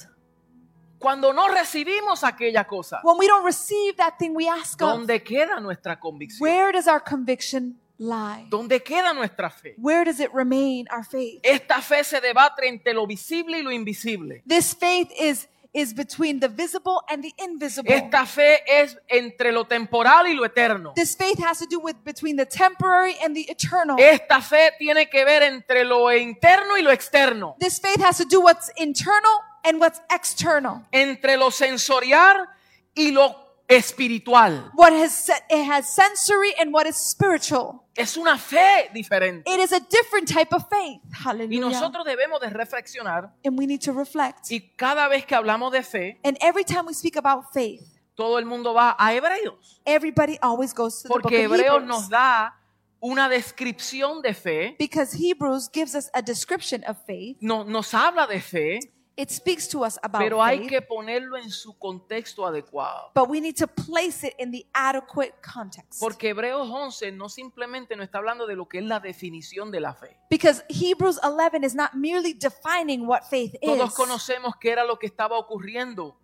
Speaker 1: cuando no recibimos aquella cosa,
Speaker 2: when we don't receive that thing we ask of,
Speaker 1: ¿dónde queda nuestra convicción?
Speaker 2: where does our conviction lie?
Speaker 1: ¿Dónde queda nuestra fe?
Speaker 2: Where does it remain? Our faith.
Speaker 1: Esta fe se debate entre lo visible y lo invisible.
Speaker 2: This faith is is between the visible and the invisible.
Speaker 1: Esta fe es entre lo temporal y lo eterno.
Speaker 2: This faith has to do with between the temporary and the eternal.
Speaker 1: Esta fe tiene que ver entre lo interno y lo externo,
Speaker 2: This faith has to do what's internal and what's external.
Speaker 1: entre lo sensorial y lo espiritual.
Speaker 2: What has se- it has sensory and what is spiritual.
Speaker 1: Es una fe diferente.
Speaker 2: It is a different type of faith.
Speaker 1: Y
Speaker 2: Hallelujah.
Speaker 1: nosotros debemos de reflexionar
Speaker 2: and we need to reflect.
Speaker 1: y cada vez que hablamos de fe,
Speaker 2: And every time we speak about faith,
Speaker 1: todo el mundo va a
Speaker 2: Este
Speaker 1: Hebreos,
Speaker 2: everybody always goes to the book
Speaker 1: porque
Speaker 2: of
Speaker 1: Hebreos
Speaker 2: Hebrews
Speaker 1: nos da una descripción de fe,
Speaker 2: because Hebrews gives us a description of faith.
Speaker 1: no- nos habla de fe,
Speaker 2: It speaks to us about
Speaker 1: pero hay
Speaker 2: faith,
Speaker 1: que ponerlo en su contexto adecuado.
Speaker 2: but we need to place it in the adequate context.
Speaker 1: Porque Hebreos 11 no simplemente no está hablando de lo que es la definición de la fe.
Speaker 2: Because Hebrews 11 is not merely defining what faith
Speaker 1: Todos
Speaker 2: is.
Speaker 1: conocemos qué era lo que estaba ocurriendo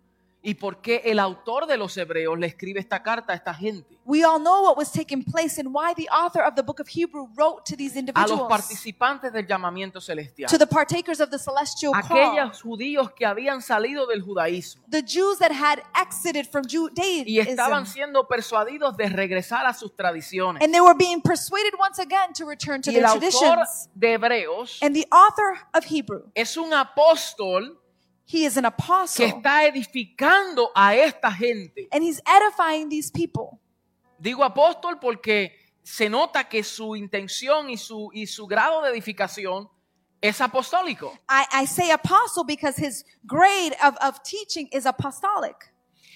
Speaker 1: y por qué el autor de los Hebreos le escribe esta carta a esta gente.
Speaker 2: We all know what was taking place and why the author of the book of Hebrew wrote to these
Speaker 1: A los
Speaker 2: individuals,
Speaker 1: participantes del llamamiento celestial.
Speaker 2: to the partakers of the celestial call,
Speaker 1: Aquellos judíos que habían salido del judaísmo
Speaker 2: the Jews that had exited from
Speaker 1: y estaban
Speaker 2: Judaism,
Speaker 1: siendo persuadidos de regresar a sus tradiciones.
Speaker 2: and they were being persuaded once again to return to
Speaker 1: Y el
Speaker 2: their
Speaker 1: autor
Speaker 2: traditions.
Speaker 1: de Hebreos
Speaker 2: And the author of Hebrew,
Speaker 1: es un apóstol
Speaker 2: he is an
Speaker 1: que
Speaker 2: apostle,
Speaker 1: está edificando a esta gente.
Speaker 2: and he's edifying these people.
Speaker 1: Digo apóstol porque se nota que su intención y su, y su grado de edificación es apostólico.
Speaker 2: I, I say apostle because his grade of, of teaching is apostolic.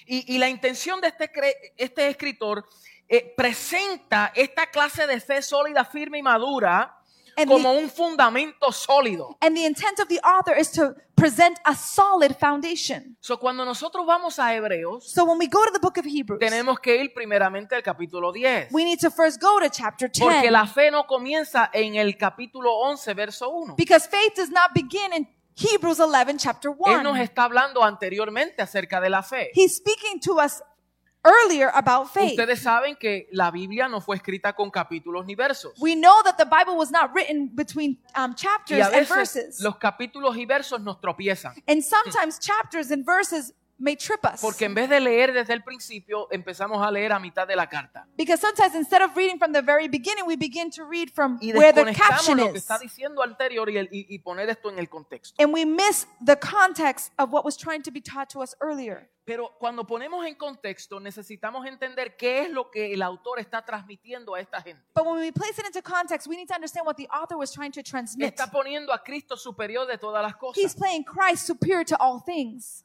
Speaker 1: Y, y la intención de este, cre- este escritor eh, presenta esta clase de fe sólida, firme y madura
Speaker 2: And the-
Speaker 1: como un fundamento sólido.
Speaker 2: And the intent of the author is to present a solid foundation.
Speaker 1: So, cuando nosotros vamos a Hebreos,
Speaker 2: So when we go to the book of Hebrews,
Speaker 1: tenemos que ir primeramente al capítulo 10.
Speaker 2: we need to first go to chapter
Speaker 1: Porque
Speaker 2: 10
Speaker 1: la fe no comienza en el capítulo 11, verso 1.
Speaker 2: because faith does not begin in Hebrews 11 chapter
Speaker 1: Él nos
Speaker 2: 1.
Speaker 1: está hablando anteriormente acerca de la fe.
Speaker 2: He's speaking to us earlier about faith.
Speaker 1: Ustedes saben que la Biblia no fue escrita con capítulos ni versos.
Speaker 2: We know that the Bible was not written between um,
Speaker 1: Y
Speaker 2: chapters
Speaker 1: a
Speaker 2: and
Speaker 1: veces
Speaker 2: verses.
Speaker 1: los capítulos y versos nos tropiezan.
Speaker 2: And sometimes chapters and verses may trip us.
Speaker 1: Porque en vez de leer desde el principio, empezamos a leer a mitad de la carta.
Speaker 2: Because sometimes instead of reading from the very beginning, we begin to read from
Speaker 1: Y
Speaker 2: where the
Speaker 1: desconectamos
Speaker 2: caption
Speaker 1: lo que
Speaker 2: is.
Speaker 1: está diciendo anterior y, el- y- y poner esto en el contexto.
Speaker 2: and we miss the context of what was trying to be taught to us earlier.
Speaker 1: Pero cuando ponemos en contexto, necesitamos entender qué es lo que el autor está transmitiendo a esta gente.
Speaker 2: But when we place it into context, we need to understand what the author was trying to transmit.
Speaker 1: Está poniendo a Cristo superior de todas las
Speaker 2: He's
Speaker 1: cosas.
Speaker 2: playing Christ superior to all things.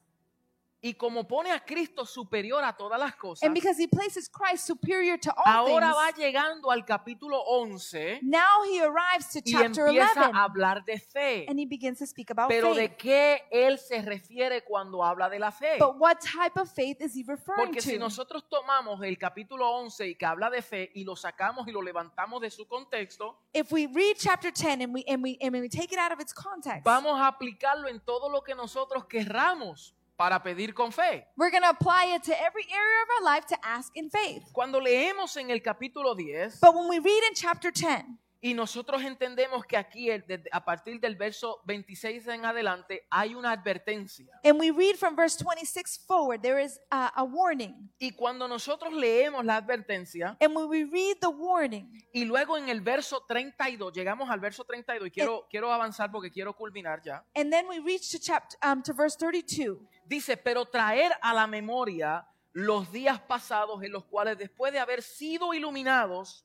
Speaker 1: Y como pone a Cristo superior a todas las cosas,
Speaker 2: And because he places Christ superior to all
Speaker 1: ahora va
Speaker 2: things,
Speaker 1: llegando al capítulo 11
Speaker 2: now he arrives to
Speaker 1: y
Speaker 2: chapter
Speaker 1: empieza
Speaker 2: 11
Speaker 1: a hablar de fe.
Speaker 2: and he begins to speak about
Speaker 1: Pero
Speaker 2: faith.
Speaker 1: de qué él se refiere cuando habla de la fe.
Speaker 2: But what type of faith is he referring
Speaker 1: Porque si
Speaker 2: to?
Speaker 1: nosotros tomamos el capítulo 11 y que habla de fe y lo sacamos y lo levantamos de su contexto,
Speaker 2: If we read chapter 10 and we, and we, and we take it out of its context,
Speaker 1: vamos a aplicarlo en todo lo que nosotros querramos para pedir con fe.
Speaker 2: we're going to apply it to every area of our life to ask in faith.
Speaker 1: Cuando leemos en el capítulo 10
Speaker 2: But when we read in chapter 10,
Speaker 1: y nosotros entendemos que aquí el- desde- a partir del verso 26 en adelante hay una advertencia.
Speaker 2: And we read from verse 26 forward, there is uh, a warning.
Speaker 1: Y cuando nosotros leemos la advertencia
Speaker 2: And when we read the warning,
Speaker 1: y luego en el verso 32, llegamos al verso 32 y quiero, quiero avanzar porque quiero culminar ya.
Speaker 2: and then we reach to chapter um, to verse 32.
Speaker 1: Dice, pero traer a la memoria los días pasados en los cuales después de haber sido iluminados,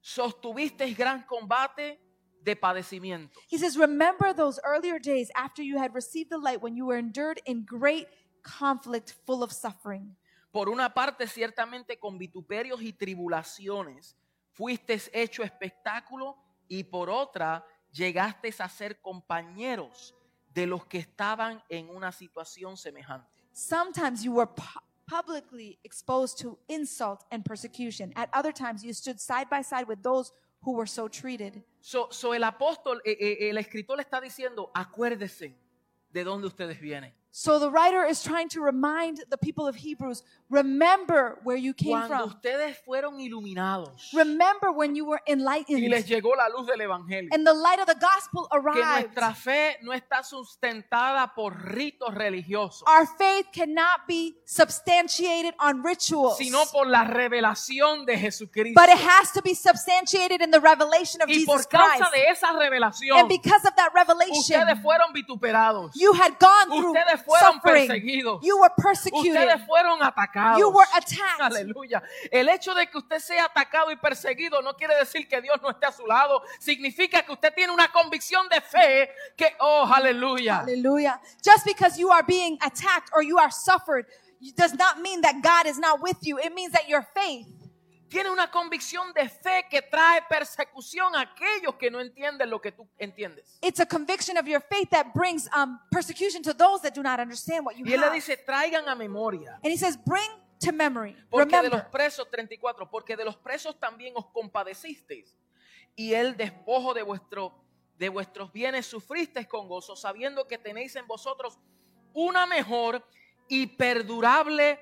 Speaker 1: sostuvisteis gran combate de padecimiento.
Speaker 2: He says, Remember those earlier days after you had received the light when you were endured in great conflict full of suffering.
Speaker 1: Por una parte, ciertamente con vituperios y tribulaciones fuisteis hecho espectáculo y por otra llegasteis a ser compañeros de los que estaban en una situación semejante.
Speaker 2: Sometimes you were pu- publicly exposed to insult and persecution. At other times, you stood side by side with those who were so treated.
Speaker 1: So, so el apóstol, eh, eh, el escritor le está diciendo, acuérdense de dónde ustedes vienen.
Speaker 2: So the writer is trying to remind the people of Hebrews remember where you came
Speaker 1: Cuando
Speaker 2: from.
Speaker 1: ustedes fueron iluminados
Speaker 2: Remember when you were
Speaker 1: y les
Speaker 2: enlightened
Speaker 1: llegó la luz del evangelio,
Speaker 2: and the light of the gospel
Speaker 1: que
Speaker 2: arrived.
Speaker 1: nuestra fe no está sustentada por ritos religiosos.
Speaker 2: Our faith cannot be substantiated on rituals,
Speaker 1: sino por la revelación de Jesucristo.
Speaker 2: but it has to be substantiated in the revelation of
Speaker 1: Y
Speaker 2: Jesus
Speaker 1: por causa
Speaker 2: Christ.
Speaker 1: de esa revelación,
Speaker 2: And because of that
Speaker 1: ustedes
Speaker 2: revelation,
Speaker 1: fueron vituperados,
Speaker 2: you had gone through
Speaker 1: ustedes fueron
Speaker 2: suffering,
Speaker 1: perseguidos,
Speaker 2: you were persecuted,
Speaker 1: ustedes fueron atacados.
Speaker 2: you were attacked.
Speaker 1: Aleluya. El hecho de que usted sea atacado y perseguido no quiere decir que Dios no esté a su lado. Significa que usted tiene una convicción de fe que, oh, aleluya.
Speaker 2: Hallelujah. Just because you are being attacked or you are suffered does not mean that God is not with you. It means that your faith
Speaker 1: Tiene una convicción de fe que trae persecución a aquellos que no entienden lo que tú entiendes.
Speaker 2: It's a conviction of your faith that brings um, persecution to those that do not understand what you
Speaker 1: Y él le
Speaker 2: have.
Speaker 1: dice, traigan a memoria.
Speaker 2: And he says, bring to memory.
Speaker 1: Porque de los
Speaker 2: Remember.
Speaker 1: presos, 34, porque de los presos también os compadecisteis. Y el despojo de, vuestro, de vuestros bienes sufristeis con gozo, sabiendo que tenéis en vosotros una mejor y perdurable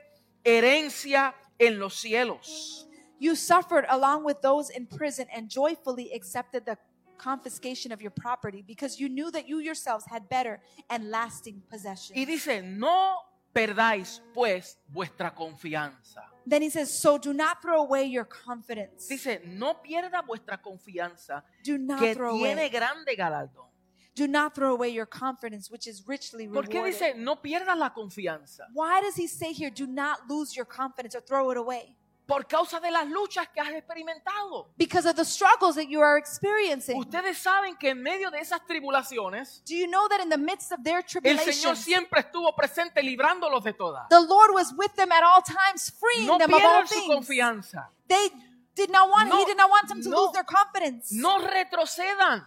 Speaker 1: herencia en los cielos.
Speaker 2: You suffered along with those in prison and joyfully accepted the confiscation of your property because you knew that you yourselves had better and lasting possession.
Speaker 1: Y dice, no perdáis pues vuestra confianza.
Speaker 2: Then he says, So do not throw away your confidence.
Speaker 1: Dice, no pierda vuestra confianza
Speaker 2: Do not
Speaker 1: que
Speaker 2: throw
Speaker 1: tiene
Speaker 2: away.
Speaker 1: grande galardón.
Speaker 2: Do not throw away your confidence, which is richly
Speaker 1: ¿Por qué
Speaker 2: rewarded.
Speaker 1: dice, no pierdas la confianza?
Speaker 2: Why does he say here, do not lose your confidence or throw it away?
Speaker 1: por causa de las luchas que has experimentado.
Speaker 2: Because of the struggles that you are experiencing.
Speaker 1: Ustedes saben que en medio de esas tribulaciones,
Speaker 2: Do you know that in the midst of their
Speaker 1: el Señor
Speaker 2: tribulations,
Speaker 1: siempre estuvo presente librándolos de todas.
Speaker 2: the Lord was with them at all times, freeing
Speaker 1: No
Speaker 2: them of all
Speaker 1: pierdan su
Speaker 2: things.
Speaker 1: confianza.
Speaker 2: They did not want,
Speaker 1: No,
Speaker 2: he did not want them to
Speaker 1: no,
Speaker 2: lose their confidence.
Speaker 1: No retrocedan.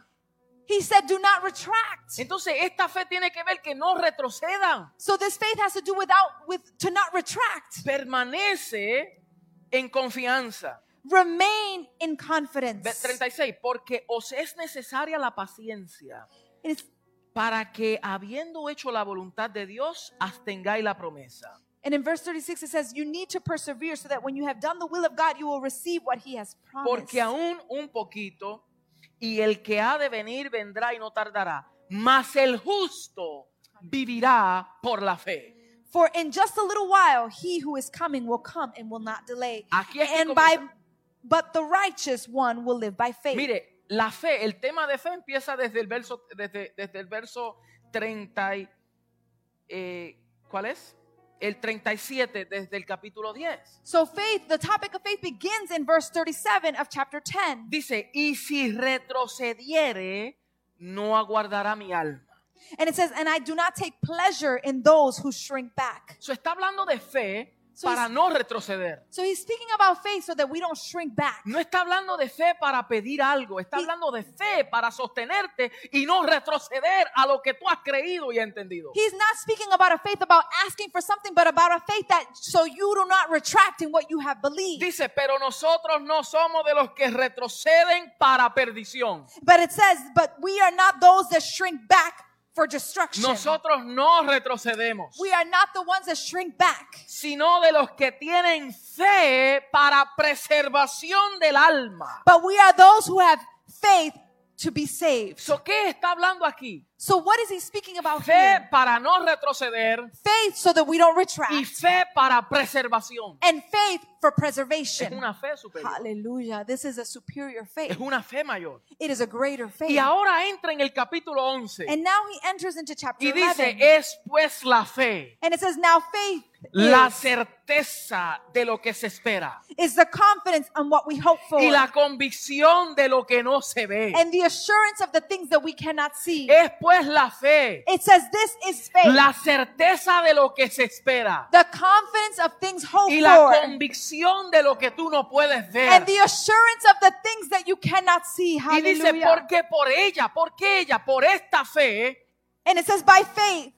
Speaker 2: He said, do not retract.
Speaker 1: Entonces, esta fe tiene que ver que no retrocedan.
Speaker 2: So this faith has to do without, with, to not retract.
Speaker 1: Permanece en confianza.
Speaker 2: Remain in
Speaker 1: Ve-
Speaker 2: confidence.
Speaker 1: 36. Porque os es necesaria la paciencia
Speaker 2: It is-
Speaker 1: para que, habiendo hecho la voluntad de Dios, abstengáis la promesa.
Speaker 2: and in verse 36 it says, you need to persevere so that when you have done the will of God, you will receive what he has promised.
Speaker 1: Porque aún un poquito, y el que ha de venir vendrá y no tardará. Mas el justo vivirá por la fe.
Speaker 2: For in just a little while, he who is coming will come and will not delay.
Speaker 1: Aquí es que
Speaker 2: and by,
Speaker 1: comienza.
Speaker 2: but the righteous one will live by faith.
Speaker 1: Mire, la fe, el tema de fe empieza desde el verso, desde, desde el verso 30. y, eh, ¿Cuál es? El 37, desde el capítulo 10.
Speaker 2: So faith, the topic of faith begins in verse 37 of chapter 10.
Speaker 1: Dice, y si retrocediere, no aguardará mi alma.
Speaker 2: And it says, and I do not take pleasure in those who shrink back.
Speaker 1: So está hablando de fe
Speaker 2: So
Speaker 1: para
Speaker 2: es-
Speaker 1: no retroceder.
Speaker 2: So he's speaking about faith so that we don't shrink back.
Speaker 1: No está hablando de fe para pedir algo, está
Speaker 2: Y-
Speaker 1: hablando de fe para sostenerte y no retroceder a lo que tú has creído y entendido.
Speaker 2: He's not speaking about a faith about asking for something, but about a faith that so you do not retract in what you have believed.
Speaker 1: Dice, pero nosotros no somos de los que retroceden para perdición.
Speaker 2: But it says, but we are not those that shrink back for destruction.
Speaker 1: Nosotros no retrocedemos,
Speaker 2: We are not the ones that shrink back,
Speaker 1: sino de los que tienen fe para preservación del alma.
Speaker 2: but we are those who have faith to be saved.
Speaker 1: So, ¿Qué está hablando aquí?
Speaker 2: So what is he speaking about
Speaker 1: Fe
Speaker 2: here?
Speaker 1: para no retroceder
Speaker 2: Faith so that we don't
Speaker 1: y
Speaker 2: retract
Speaker 1: fe para preservación.
Speaker 2: and faith for
Speaker 1: Es
Speaker 2: preservation.
Speaker 1: una fe superior,
Speaker 2: Hallelujah. This is a superior
Speaker 1: es
Speaker 2: faith.
Speaker 1: una fe mayor.
Speaker 2: It is a greater
Speaker 1: Y
Speaker 2: faith.
Speaker 1: ahora entra en el capítulo 11
Speaker 2: And now he enters into chapter
Speaker 1: y dice, "Eh,
Speaker 2: 11.
Speaker 1: es pues la fe,
Speaker 2: And it says, now faith
Speaker 1: la
Speaker 2: is,
Speaker 1: certeza de lo que se espera
Speaker 2: is the confidence on what we hope for
Speaker 1: y la convicción de lo que no se ve.
Speaker 2: and the assurance of the things that we cannot see.
Speaker 1: Es pues la fe,
Speaker 2: It says, this is faith,
Speaker 1: la certeza de lo que se espera
Speaker 2: the confidence of things hoped
Speaker 1: y la
Speaker 2: for.
Speaker 1: convicción de lo que tú no puedes ver.
Speaker 2: and the assurance of the things that you cannot see.
Speaker 1: Y dice,
Speaker 2: Hallelujah.
Speaker 1: porque por ella, porque ella, por esta fe,
Speaker 2: And it says, by faith,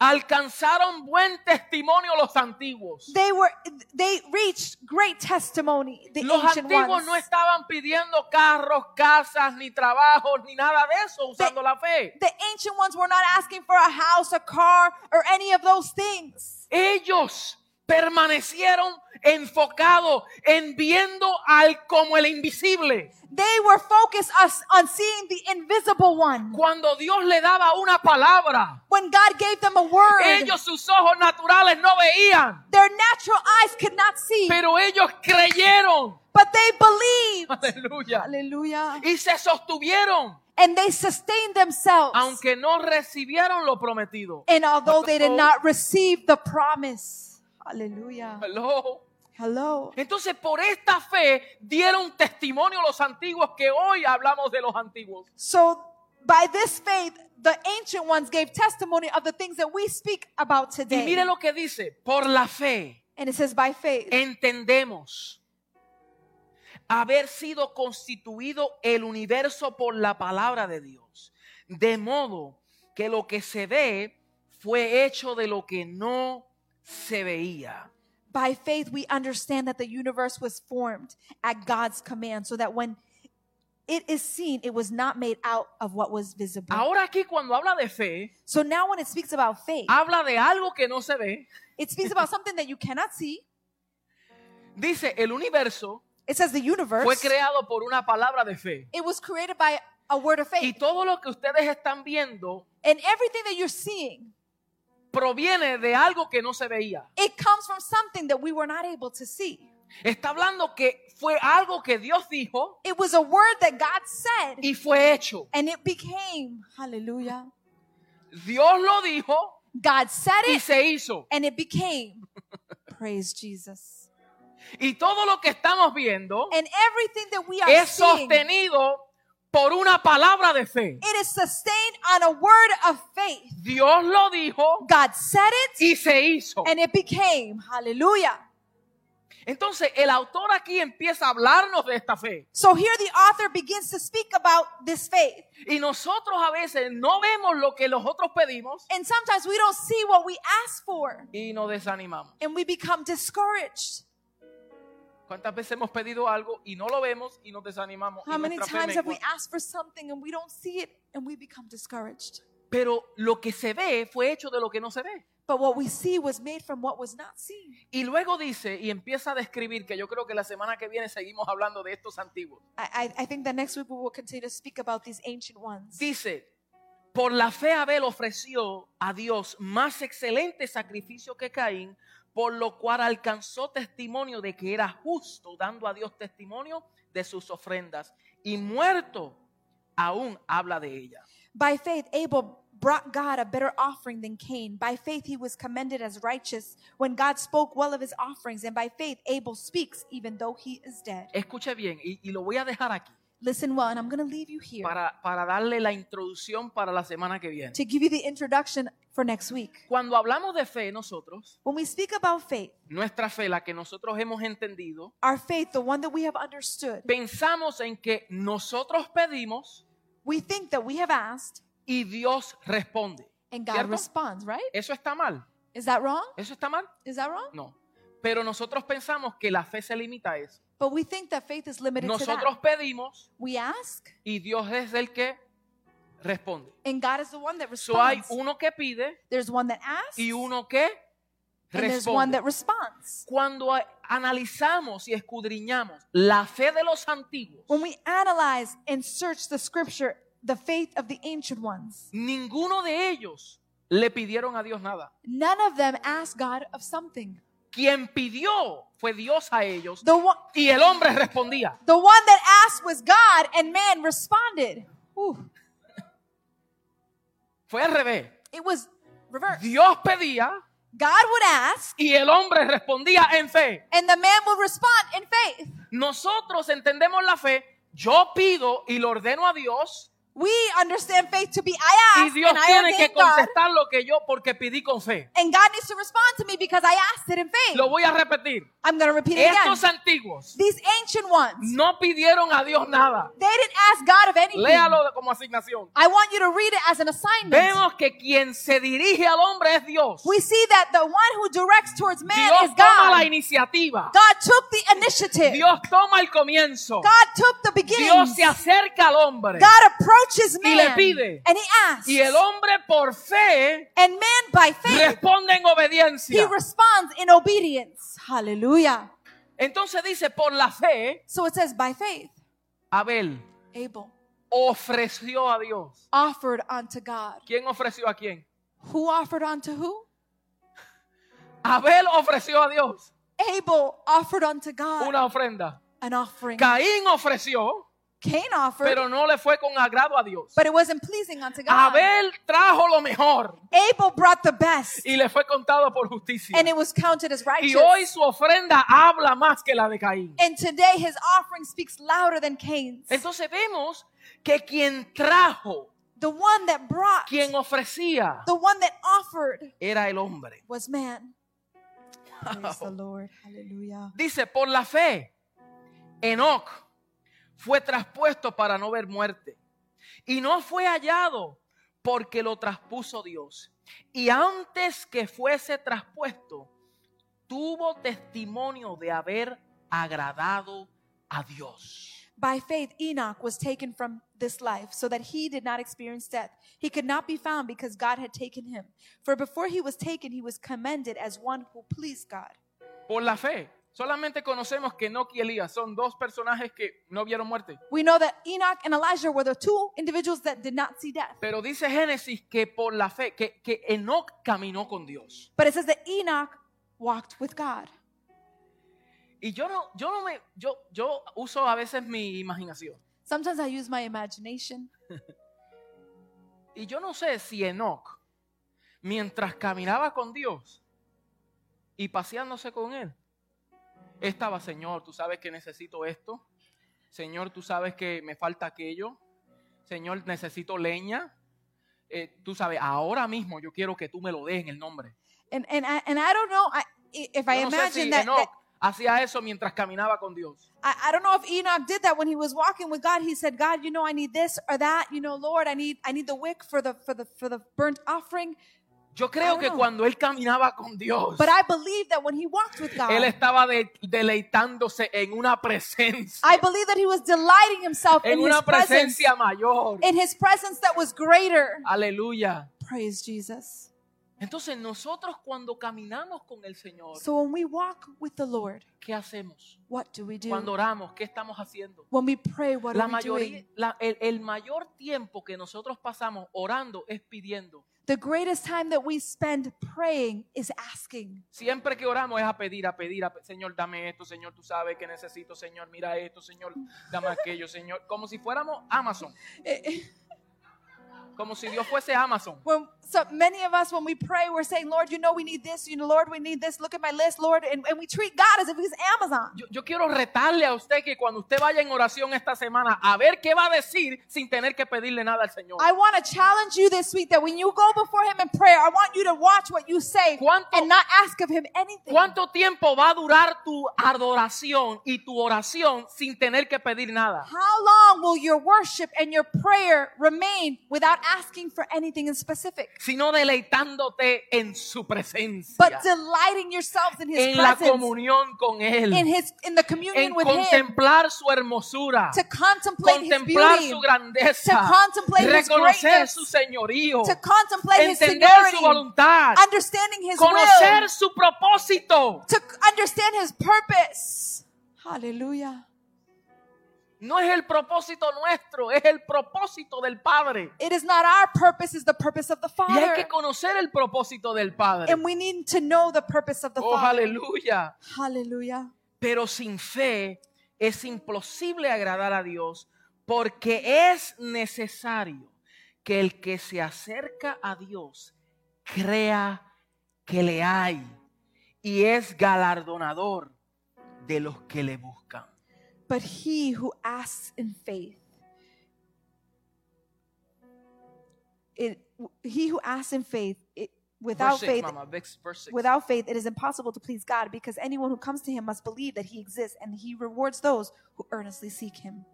Speaker 1: alcanzaron buen testimonio los antiguos.
Speaker 2: they were they reached great testimony. The
Speaker 1: Los
Speaker 2: ancient
Speaker 1: antiguos
Speaker 2: ones.
Speaker 1: no estaban pidiendo carros, casas, ni trabajos, ni nada de eso usando la fe.
Speaker 2: the ancient ones were not asking for a house, a car, or any of those things.
Speaker 1: Ellos permanecieron enfocados en viendo al como el invisible.
Speaker 2: They were focused us on seeing the invisible one.
Speaker 1: Cuando Dios le daba una palabra,
Speaker 2: When God gave them a word,
Speaker 1: ellos sus ojos naturales no veían,
Speaker 2: their natural eyes could not see,
Speaker 1: pero ellos creyeron.
Speaker 2: but they believed.
Speaker 1: Aleluya.
Speaker 2: Hallelujah.
Speaker 1: Y se sostuvieron,
Speaker 2: And they sustained themselves.
Speaker 1: aunque no recibieron lo prometido.
Speaker 2: And although they did
Speaker 1: Hello.
Speaker 2: not receive the promise. Hallelujah.
Speaker 1: Hello.
Speaker 2: Hello.
Speaker 1: Entonces, por esta fe dieron testimonio los antiguos que hoy hablamos de los antiguos.
Speaker 2: So by this faith, the ancient ones gave testimony of the things that we speak about
Speaker 1: Y mire
Speaker 2: today.
Speaker 1: lo que dice, por la fe
Speaker 2: And it says by faith.
Speaker 1: entendemos haber sido constituido el universo por la palabra de Dios. De modo que lo que se ve fue hecho de lo que no se veía.
Speaker 2: By faith, we understand that the universe was formed at God's command, so that when it is seen, it was not made out of what was visible.
Speaker 1: Ahora aquí cuando habla de fe,
Speaker 2: So now, when it speaks about faith,
Speaker 1: habla de algo que no se ve.
Speaker 2: it speaks about something that you cannot see.
Speaker 1: Dice, el universo
Speaker 2: It says the
Speaker 1: fue
Speaker 2: universe,
Speaker 1: creado por una palabra de fe.
Speaker 2: it was created by a word of
Speaker 1: Y
Speaker 2: faith.
Speaker 1: todo lo que ustedes están viendo
Speaker 2: And everything that you're seeing,
Speaker 1: proviene de algo que no se veía.
Speaker 2: it comes from something that we were not able to see.
Speaker 1: Está hablando que fue algo que Dios dijo
Speaker 2: It was a word that God said,
Speaker 1: y fue hecho.
Speaker 2: and it became, hallelujah.
Speaker 1: Dios lo dijo
Speaker 2: God said
Speaker 1: y
Speaker 2: it,
Speaker 1: se hizo.
Speaker 2: and it became. Praise Jesus.
Speaker 1: Y todo lo que estamos viendo
Speaker 2: And everything that we are
Speaker 1: es
Speaker 2: seeing, it
Speaker 1: sostenido por una palabra de fe.
Speaker 2: is sustained on a word of faith.
Speaker 1: Dios lo dijo
Speaker 2: God said it,
Speaker 1: y se hizo.
Speaker 2: and it became. Hallelujah.
Speaker 1: Entonces el autor aquí empieza a hablarnos de esta fe.
Speaker 2: So here the author begins to speak about this faith.
Speaker 1: Y nosotros a veces no vemos lo que los otros pedimos
Speaker 2: And sometimes we don't see what we ask for,
Speaker 1: y nos desanimamos.
Speaker 2: and we become discouraged.
Speaker 1: ¿Cuántas veces hemos pedido algo y no lo vemos y nos desanimamos? y
Speaker 2: How many
Speaker 1: nuestra fe
Speaker 2: times have we
Speaker 1: mengua?
Speaker 2: asked for something and we don't see it and we become discouraged?
Speaker 1: Pero lo que se ve fue hecho de lo que no se ve.
Speaker 2: But what we see was made from what was not seen.
Speaker 1: Y luego dice, y empieza a describir, que yo creo que la semana que viene seguimos hablando de estos antiguos.
Speaker 2: I, I, I think that next week we will continue to speak about these ancient ones.
Speaker 1: Dice, por la fe Abel ofreció a Dios más excelente sacrificio que Caín, por lo cual alcanzó testimonio de que era justo, dando a Dios testimonio de sus ofrendas. Y muerto aún habla de ella.
Speaker 2: By faith, Abel brought God a better offering than Cain. By faith, he was commended as righteous when God spoke well of his offerings. And by faith, Abel speaks even though he is dead.
Speaker 1: Escuche bien, y, y lo voy a dejar aquí
Speaker 2: Listen well, and I'm going to leave you here
Speaker 1: para, para darle la introducción para la semana que viene.
Speaker 2: to give you the introduction for next week.
Speaker 1: Cuando hablamos de fe nosotros,
Speaker 2: When we speak about faith,
Speaker 1: nuestra fe, la que nosotros hemos entendido,
Speaker 2: our faith, the one that we have understood,
Speaker 1: pensamos en que nosotros pedimos
Speaker 2: we think that we have asked
Speaker 1: y Dios responde.
Speaker 2: and God
Speaker 1: ¿Cierto?
Speaker 2: responds, right?
Speaker 1: ¿Eso está mal?
Speaker 2: Is that wrong?
Speaker 1: ¿Eso está mal?
Speaker 2: Is that wrong?
Speaker 1: No. Pero nosotros pensamos que la fe se limita a eso.
Speaker 2: But we think that faith is limited to
Speaker 1: Nosotros
Speaker 2: that.
Speaker 1: pedimos
Speaker 2: We ask,
Speaker 1: y Dios es el que responde.
Speaker 2: and God is the one that
Speaker 1: So hay
Speaker 2: responds.
Speaker 1: uno que pide
Speaker 2: There's one that asks,
Speaker 1: y uno que
Speaker 2: and there's one
Speaker 1: responde.
Speaker 2: that responds.
Speaker 1: Cuando a- analizamos y escudriñamos la fe de los antiguos,
Speaker 2: When we analyze and search the scripture, the faith of the ancient ones,
Speaker 1: ninguno de ellos le pidieron a Dios nada.
Speaker 2: none of them asked God of something.
Speaker 1: Quien pidió fue Dios a ellos
Speaker 2: The one,
Speaker 1: y el hombre respondía.
Speaker 2: the one that asked was God, and man responded. Whew.
Speaker 1: Fue al revés.
Speaker 2: it was reversed.
Speaker 1: Dios pedía
Speaker 2: God would ask,
Speaker 1: y el hombre respondía en fe.
Speaker 2: and the man would respond in faith.
Speaker 1: Nosotros entendemos la fe. Yo pido y lo ordeno a Dios
Speaker 2: We understand faith to be I
Speaker 1: y
Speaker 2: ask,
Speaker 1: Dios
Speaker 2: Ah, and I
Speaker 1: tiene
Speaker 2: obey
Speaker 1: que
Speaker 2: God,
Speaker 1: contestar lo que yo porque pedí con fe.
Speaker 2: and God needs to respond to me because I asked it in faith.
Speaker 1: Lo voy a repetir.
Speaker 2: I'm going to repeat it again.
Speaker 1: Estos antiguos
Speaker 2: These ancient ones,
Speaker 1: no pidieron a Dios nada.
Speaker 2: they didn't ask God of anything.
Speaker 1: Léalo de- como asignación.
Speaker 2: I want you to read it as an assignment.
Speaker 1: Vemos que quien se dirige al hombre es Dios.
Speaker 2: We see that the one who directs towards man
Speaker 1: Dios
Speaker 2: is
Speaker 1: toma la
Speaker 2: God.
Speaker 1: iniciativa.
Speaker 2: God took the initiative.
Speaker 1: Dios toma el comienzo.
Speaker 2: God took the
Speaker 1: Dios
Speaker 2: beginnings.
Speaker 1: se acerca al hombre.
Speaker 2: God approaches
Speaker 1: Y
Speaker 2: man
Speaker 1: le pide.
Speaker 2: and he asks.
Speaker 1: Y el hombre por fe
Speaker 2: and man by faith,
Speaker 1: responde en
Speaker 2: he
Speaker 1: obediencia.
Speaker 2: responds in obedience. Hallelujah.
Speaker 1: Entonces dice, por la fe,
Speaker 2: So it says, by faith,
Speaker 1: Abel
Speaker 2: Abel
Speaker 1: ofreció a Dios.
Speaker 2: offered unto God.
Speaker 1: ¿Quién ofreció a quién?
Speaker 2: Who offered unto who?
Speaker 1: Abel ofreció a Dios
Speaker 2: Abel offered unto God
Speaker 1: una ofrenda.
Speaker 2: an offering.
Speaker 1: Caín ofreció,
Speaker 2: Cain offered,
Speaker 1: pero no le fue con agrado a Dios.
Speaker 2: but it wasn't pleasing unto God.
Speaker 1: Abel trajo lo mejor
Speaker 2: Abel brought the best,
Speaker 1: y le fue contado por justicia.
Speaker 2: and it was counted as
Speaker 1: Y
Speaker 2: righteous.
Speaker 1: hoy su ofrenda habla más que la de Caín.
Speaker 2: And today his offering speaks louder than Cain's.
Speaker 1: Entonces vemos que quien trajo,
Speaker 2: The one that brought,
Speaker 1: quien ofrecía,
Speaker 2: the one that offered,
Speaker 1: era el hombre.
Speaker 2: was man. Praise the Lord. Hallelujah.
Speaker 1: Dice, por la fe, Enoc fue traspuesto para no ver muerte. Y no fue hallado porque lo traspuso Dios. Y antes que fuese traspuesto, tuvo testimonio de haber agradado a Dios.
Speaker 2: By faith, Enoch was taken from this life so that he did not experience death. He could not be found because God had taken him. For before he was taken, he was commended as one who pleased God.
Speaker 1: Por la fe. Solamente conocemos que Enoch y Elías son dos personajes que no vieron muerte.
Speaker 2: We know that Enoch and Elijah were the two individuals that did not see death.
Speaker 1: Pero dice Génesis que por la fe, que, que Enoch caminó con Dios.
Speaker 2: But it says that Enoch walked with God.
Speaker 1: Y yo no, yo no me, yo, yo uso a veces mi imaginación.
Speaker 2: Sometimes I use my imagination.
Speaker 1: Y yo no sé si Enoch, mientras caminaba con Dios y paseándose con él, estaba, Señor, tú sabes que necesito esto. Señor, tú sabes que me falta aquello. Señor, necesito leña. Eh, tú sabes, ahora mismo yo quiero que tú me lo des en el nombre.
Speaker 2: And, and, I, and I don't know I, if I
Speaker 1: Yo no sé
Speaker 2: imagine
Speaker 1: si
Speaker 2: that,
Speaker 1: Enoch
Speaker 2: that
Speaker 1: hacía eso mientras caminaba con Dios.
Speaker 2: I, I don't know if Enoch did that when he was walking with God. He said, God, you know, I need this or that. You know, Lord, I need, I need the wick for the, for the, for the burnt offering.
Speaker 1: Yo creo
Speaker 2: I
Speaker 1: que
Speaker 2: know.
Speaker 1: cuando él caminaba con Dios,
Speaker 2: But I believe that when he walked with
Speaker 1: él
Speaker 2: God,
Speaker 1: estaba de- deleitándose en una presencia,
Speaker 2: I believe that he was delighting himself
Speaker 1: en
Speaker 2: in his
Speaker 1: una
Speaker 2: presence,
Speaker 1: presencia mayor.
Speaker 2: in his presence that was greater.
Speaker 1: Aleluya.
Speaker 2: Praise Jesus.
Speaker 1: Entonces nosotros cuando caminamos con el Señor,
Speaker 2: So when we walk with the Lord,
Speaker 1: ¿qué hacemos?
Speaker 2: what do we do?
Speaker 1: Cuando oramos, ¿qué estamos haciendo?
Speaker 2: when we pray, what
Speaker 1: La
Speaker 2: are we
Speaker 1: mayoría,
Speaker 2: doing?
Speaker 1: la- el, el mayor tiempo que nosotros pasamos orando es pidiendo.
Speaker 2: The greatest time that we spend praying is asking.
Speaker 1: Siempre que oramos es a pedir, a pedir, a pe- Señor, dame esto, Señor, tú sabes que necesito, Señor, mira esto, Señor, dame aquello, Señor. Como si fuéramos Amazon, como si Dios fuese Amazon.
Speaker 2: when so many of us when we pray we're saying lord you know we need this you know lord we need this look at my list lord and, and we treat god as if he's amazon
Speaker 1: Yo, yo quiero retarle a usted que cuando usted vaya en oración esta semana, a ver qué va a decir sin tener que pedirle nada al Señor.
Speaker 2: i want to challenge you this week that when you go before him in prayer i want you to watch what you say
Speaker 1: ¿Cuánto-
Speaker 2: and not ask of him anything
Speaker 1: ¿Cuánto tiempo va a durar tu adoración y tu oración sin tener que pedir nada?
Speaker 2: how long will your worship and your prayer remain without asking for anything in specific
Speaker 1: Sino deleitándote en su presencia,
Speaker 2: but delighting yourselves in his
Speaker 1: en la
Speaker 2: presence
Speaker 1: comunión con Él,
Speaker 2: in
Speaker 1: en
Speaker 2: his in the communion with him
Speaker 1: contemplar su hermosura,
Speaker 2: to contemplate his
Speaker 1: contemplar
Speaker 2: beauty
Speaker 1: su grandeza,
Speaker 2: to contemplate his
Speaker 1: reconocer
Speaker 2: greatness,
Speaker 1: su señorío,
Speaker 2: to contemplate his
Speaker 1: entender su
Speaker 2: seniority
Speaker 1: voluntad,
Speaker 2: understanding his will
Speaker 1: conocer su propósito.
Speaker 2: to c- understand his purpose hallelujah
Speaker 1: No es el propósito nuestro, es el propósito del Padre.
Speaker 2: it is not our purpose it's the purpose of the
Speaker 1: Y hay que
Speaker 2: father
Speaker 1: conocer el propósito del Padre.
Speaker 2: and we need to know the purpose of the
Speaker 1: Oh,
Speaker 2: father
Speaker 1: aleluya.
Speaker 2: hallelujah
Speaker 1: Pero sin fe es imposible agradar a Dios porque es necesario que el que se acerca a Dios crea que le hay y es galardonador de los que le buscan.
Speaker 2: but he who asks in faith it, he who asks in faith it, without
Speaker 1: Verse six,
Speaker 2: faith
Speaker 1: mamá, vex- verse six.
Speaker 2: Without faith, it is impossible to please God because anyone who comes to him must believe that he exists and he rewards those who earnestly seek him.